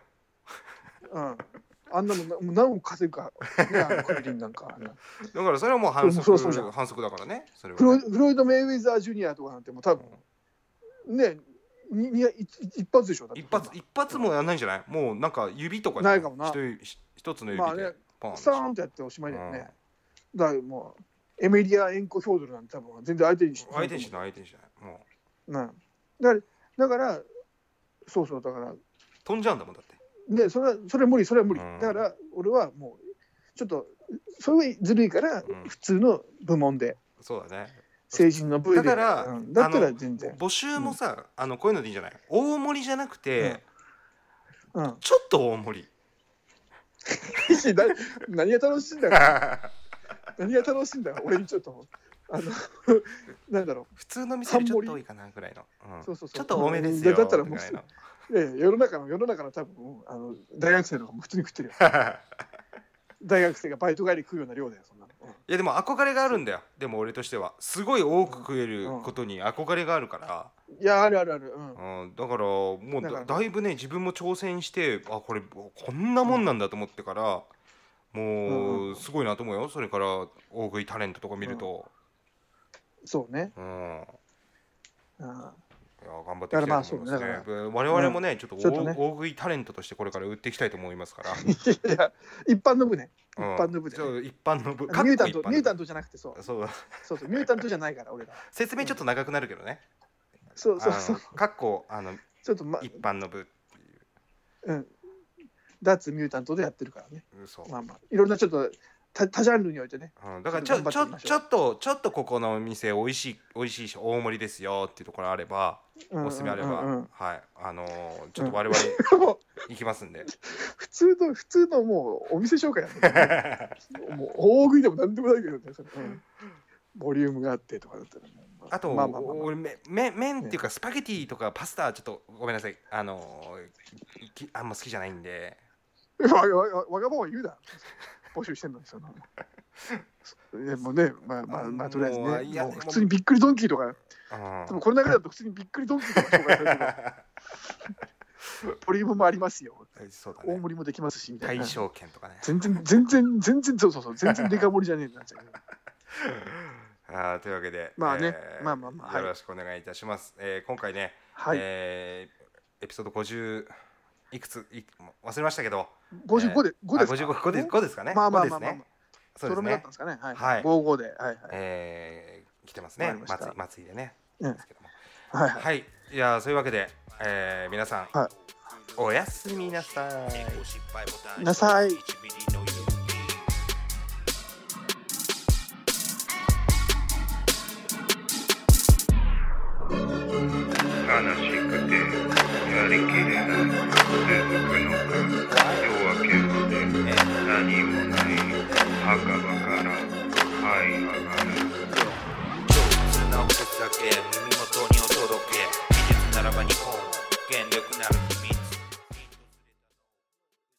うんあんなもんなもう何億稼ぐか、ね、あのクリリンなんかあんな
だ からそれはもう反則
そうそうそうそう
反則だからねそれは
フロイ
ね、
フロイド・メイウェザー・ジュニアとかなんてもう多分ねにに一一発でしょだって
一発一発もやらないんじゃないもうなんか指とか
ないかもな
一人ひ一つの
まあ
指
ね
でパン
スターンとやっておしまいだよ
うん
ね、だからもうエメリア・エンコ・フョードルなんて多分全然相手にし
相手にしない相手にしないもう
うんだからだからそうそうだから
飛んじゃうんだもんだって
でそれはそれは無理それは無理、
うん
だから俺はもうちょっとそれはずるいから
うん
普通の部門で
そうだね
成人の部位で
だから
うんだった
あ
ら
の
全然、
募集もさ、あのこういうのでいいんじゃない大盛りじゃなくて、
うんうん、
ちょっと大盛り
だ何が楽しいんだよ何が楽しいんだよ俺にちょっとあのなんだろ
普通の店よりちょっと多いかなぐらいの、うん
そうそうそう
ちょっと多めですよ
だったらもう
ぐいの
う、ええ、世の中の世の中の多分あの大学生とかも普通に食ってるよ大学生がバイト帰り食うような量だよそんなの、うん
いやでも憧れがあるんだよでも俺としてはすごい多く食えることに憧れがあるから、
いやあるあるあるうん
うんだからもう
だか
だ
ら
だいぶね自分も挑戦してあこれこんなもんなんだと思ってから、
うん
も
う
うんすごいなと思うよそれから大食いタレントとか見ると、
そうね、
うん
うん、
いや頑張っていきたいと思います
だからま
ね
あ。
我々もね、ちょっと
ちょっと
大
ね
大食いタレントとしてこれから売っていきたいと思います から。
いや一般の部ね一
うん
般の部で、ね
そう一般の部。
あのミュータン
かっこ
ト
一般の部
ミュータントじゃなくてそう
そう
そうそうミュータントじゃないか ら俺ら
説明ちょっと長くなるけどね。
そうそうそう
あのかっこあの
ちょっと、ま
一般の部。
うん、脱ミュータントでやってるからね
そう。
まあまあいろんなちょっと多多ジャンルにおいてね
うん、だからちょ
ちょっと
ちょ
頑張っていきましょう
ちょっとちょっとここのお店美味しい美味しいし大盛りですよっていうところあればおすすめあれば、
うんうんうん
はいあのーちょっと我々
うんもう
行きますんで、
普通の普通のもうお店紹介なんだけ どもう大食いでもなんでもないけどねそれうんボリュームがあってとかだったらもう
あと、
まあまあまあまあ
俺めめ麺っていうかスパゲティとかパスタはちょっとごめんなさいあのーきあんま好きじゃないんで
わわわわがまま言うな募集してんのに そのいやもうねまあまあまあとりあえずね
もういや
もう普通にびっくりドンキーとか
うん
多分この中だと普通にびっくりドンキーとか紹介されてるボリュームもありますよ
そうだ
大
ね
盛りもできますしみたい
大
な
賞券とかね
全然全然全然そうそうそう全然デカ盛りじゃねえんだ って
あーというわけで
まあね
えー
まあまあまあはい
よろしくお願いいたします、えー今回ね、
はい
えーエピソード50いくつい忘れましたけど
55で5です
あ55
か
です5ですかね
まあまあ
5で
まあ
す
まあ
ねそ
そ
で
うれ
す
も
ね
だったんですかねはい
はい
55ではいはい
えー来てます
わ
ね
かりました
松井松井でね
うん
ですけども
はいはい
はい、いやーそういうわけで、えー皆さん、
はい
おやすみなさい。
なさい
悲しくてやりきれない続くのか弱い者の夜明けで何もない墓場から這い上がる
上質な音だけ耳元にお届け技術ならば日本原力なる君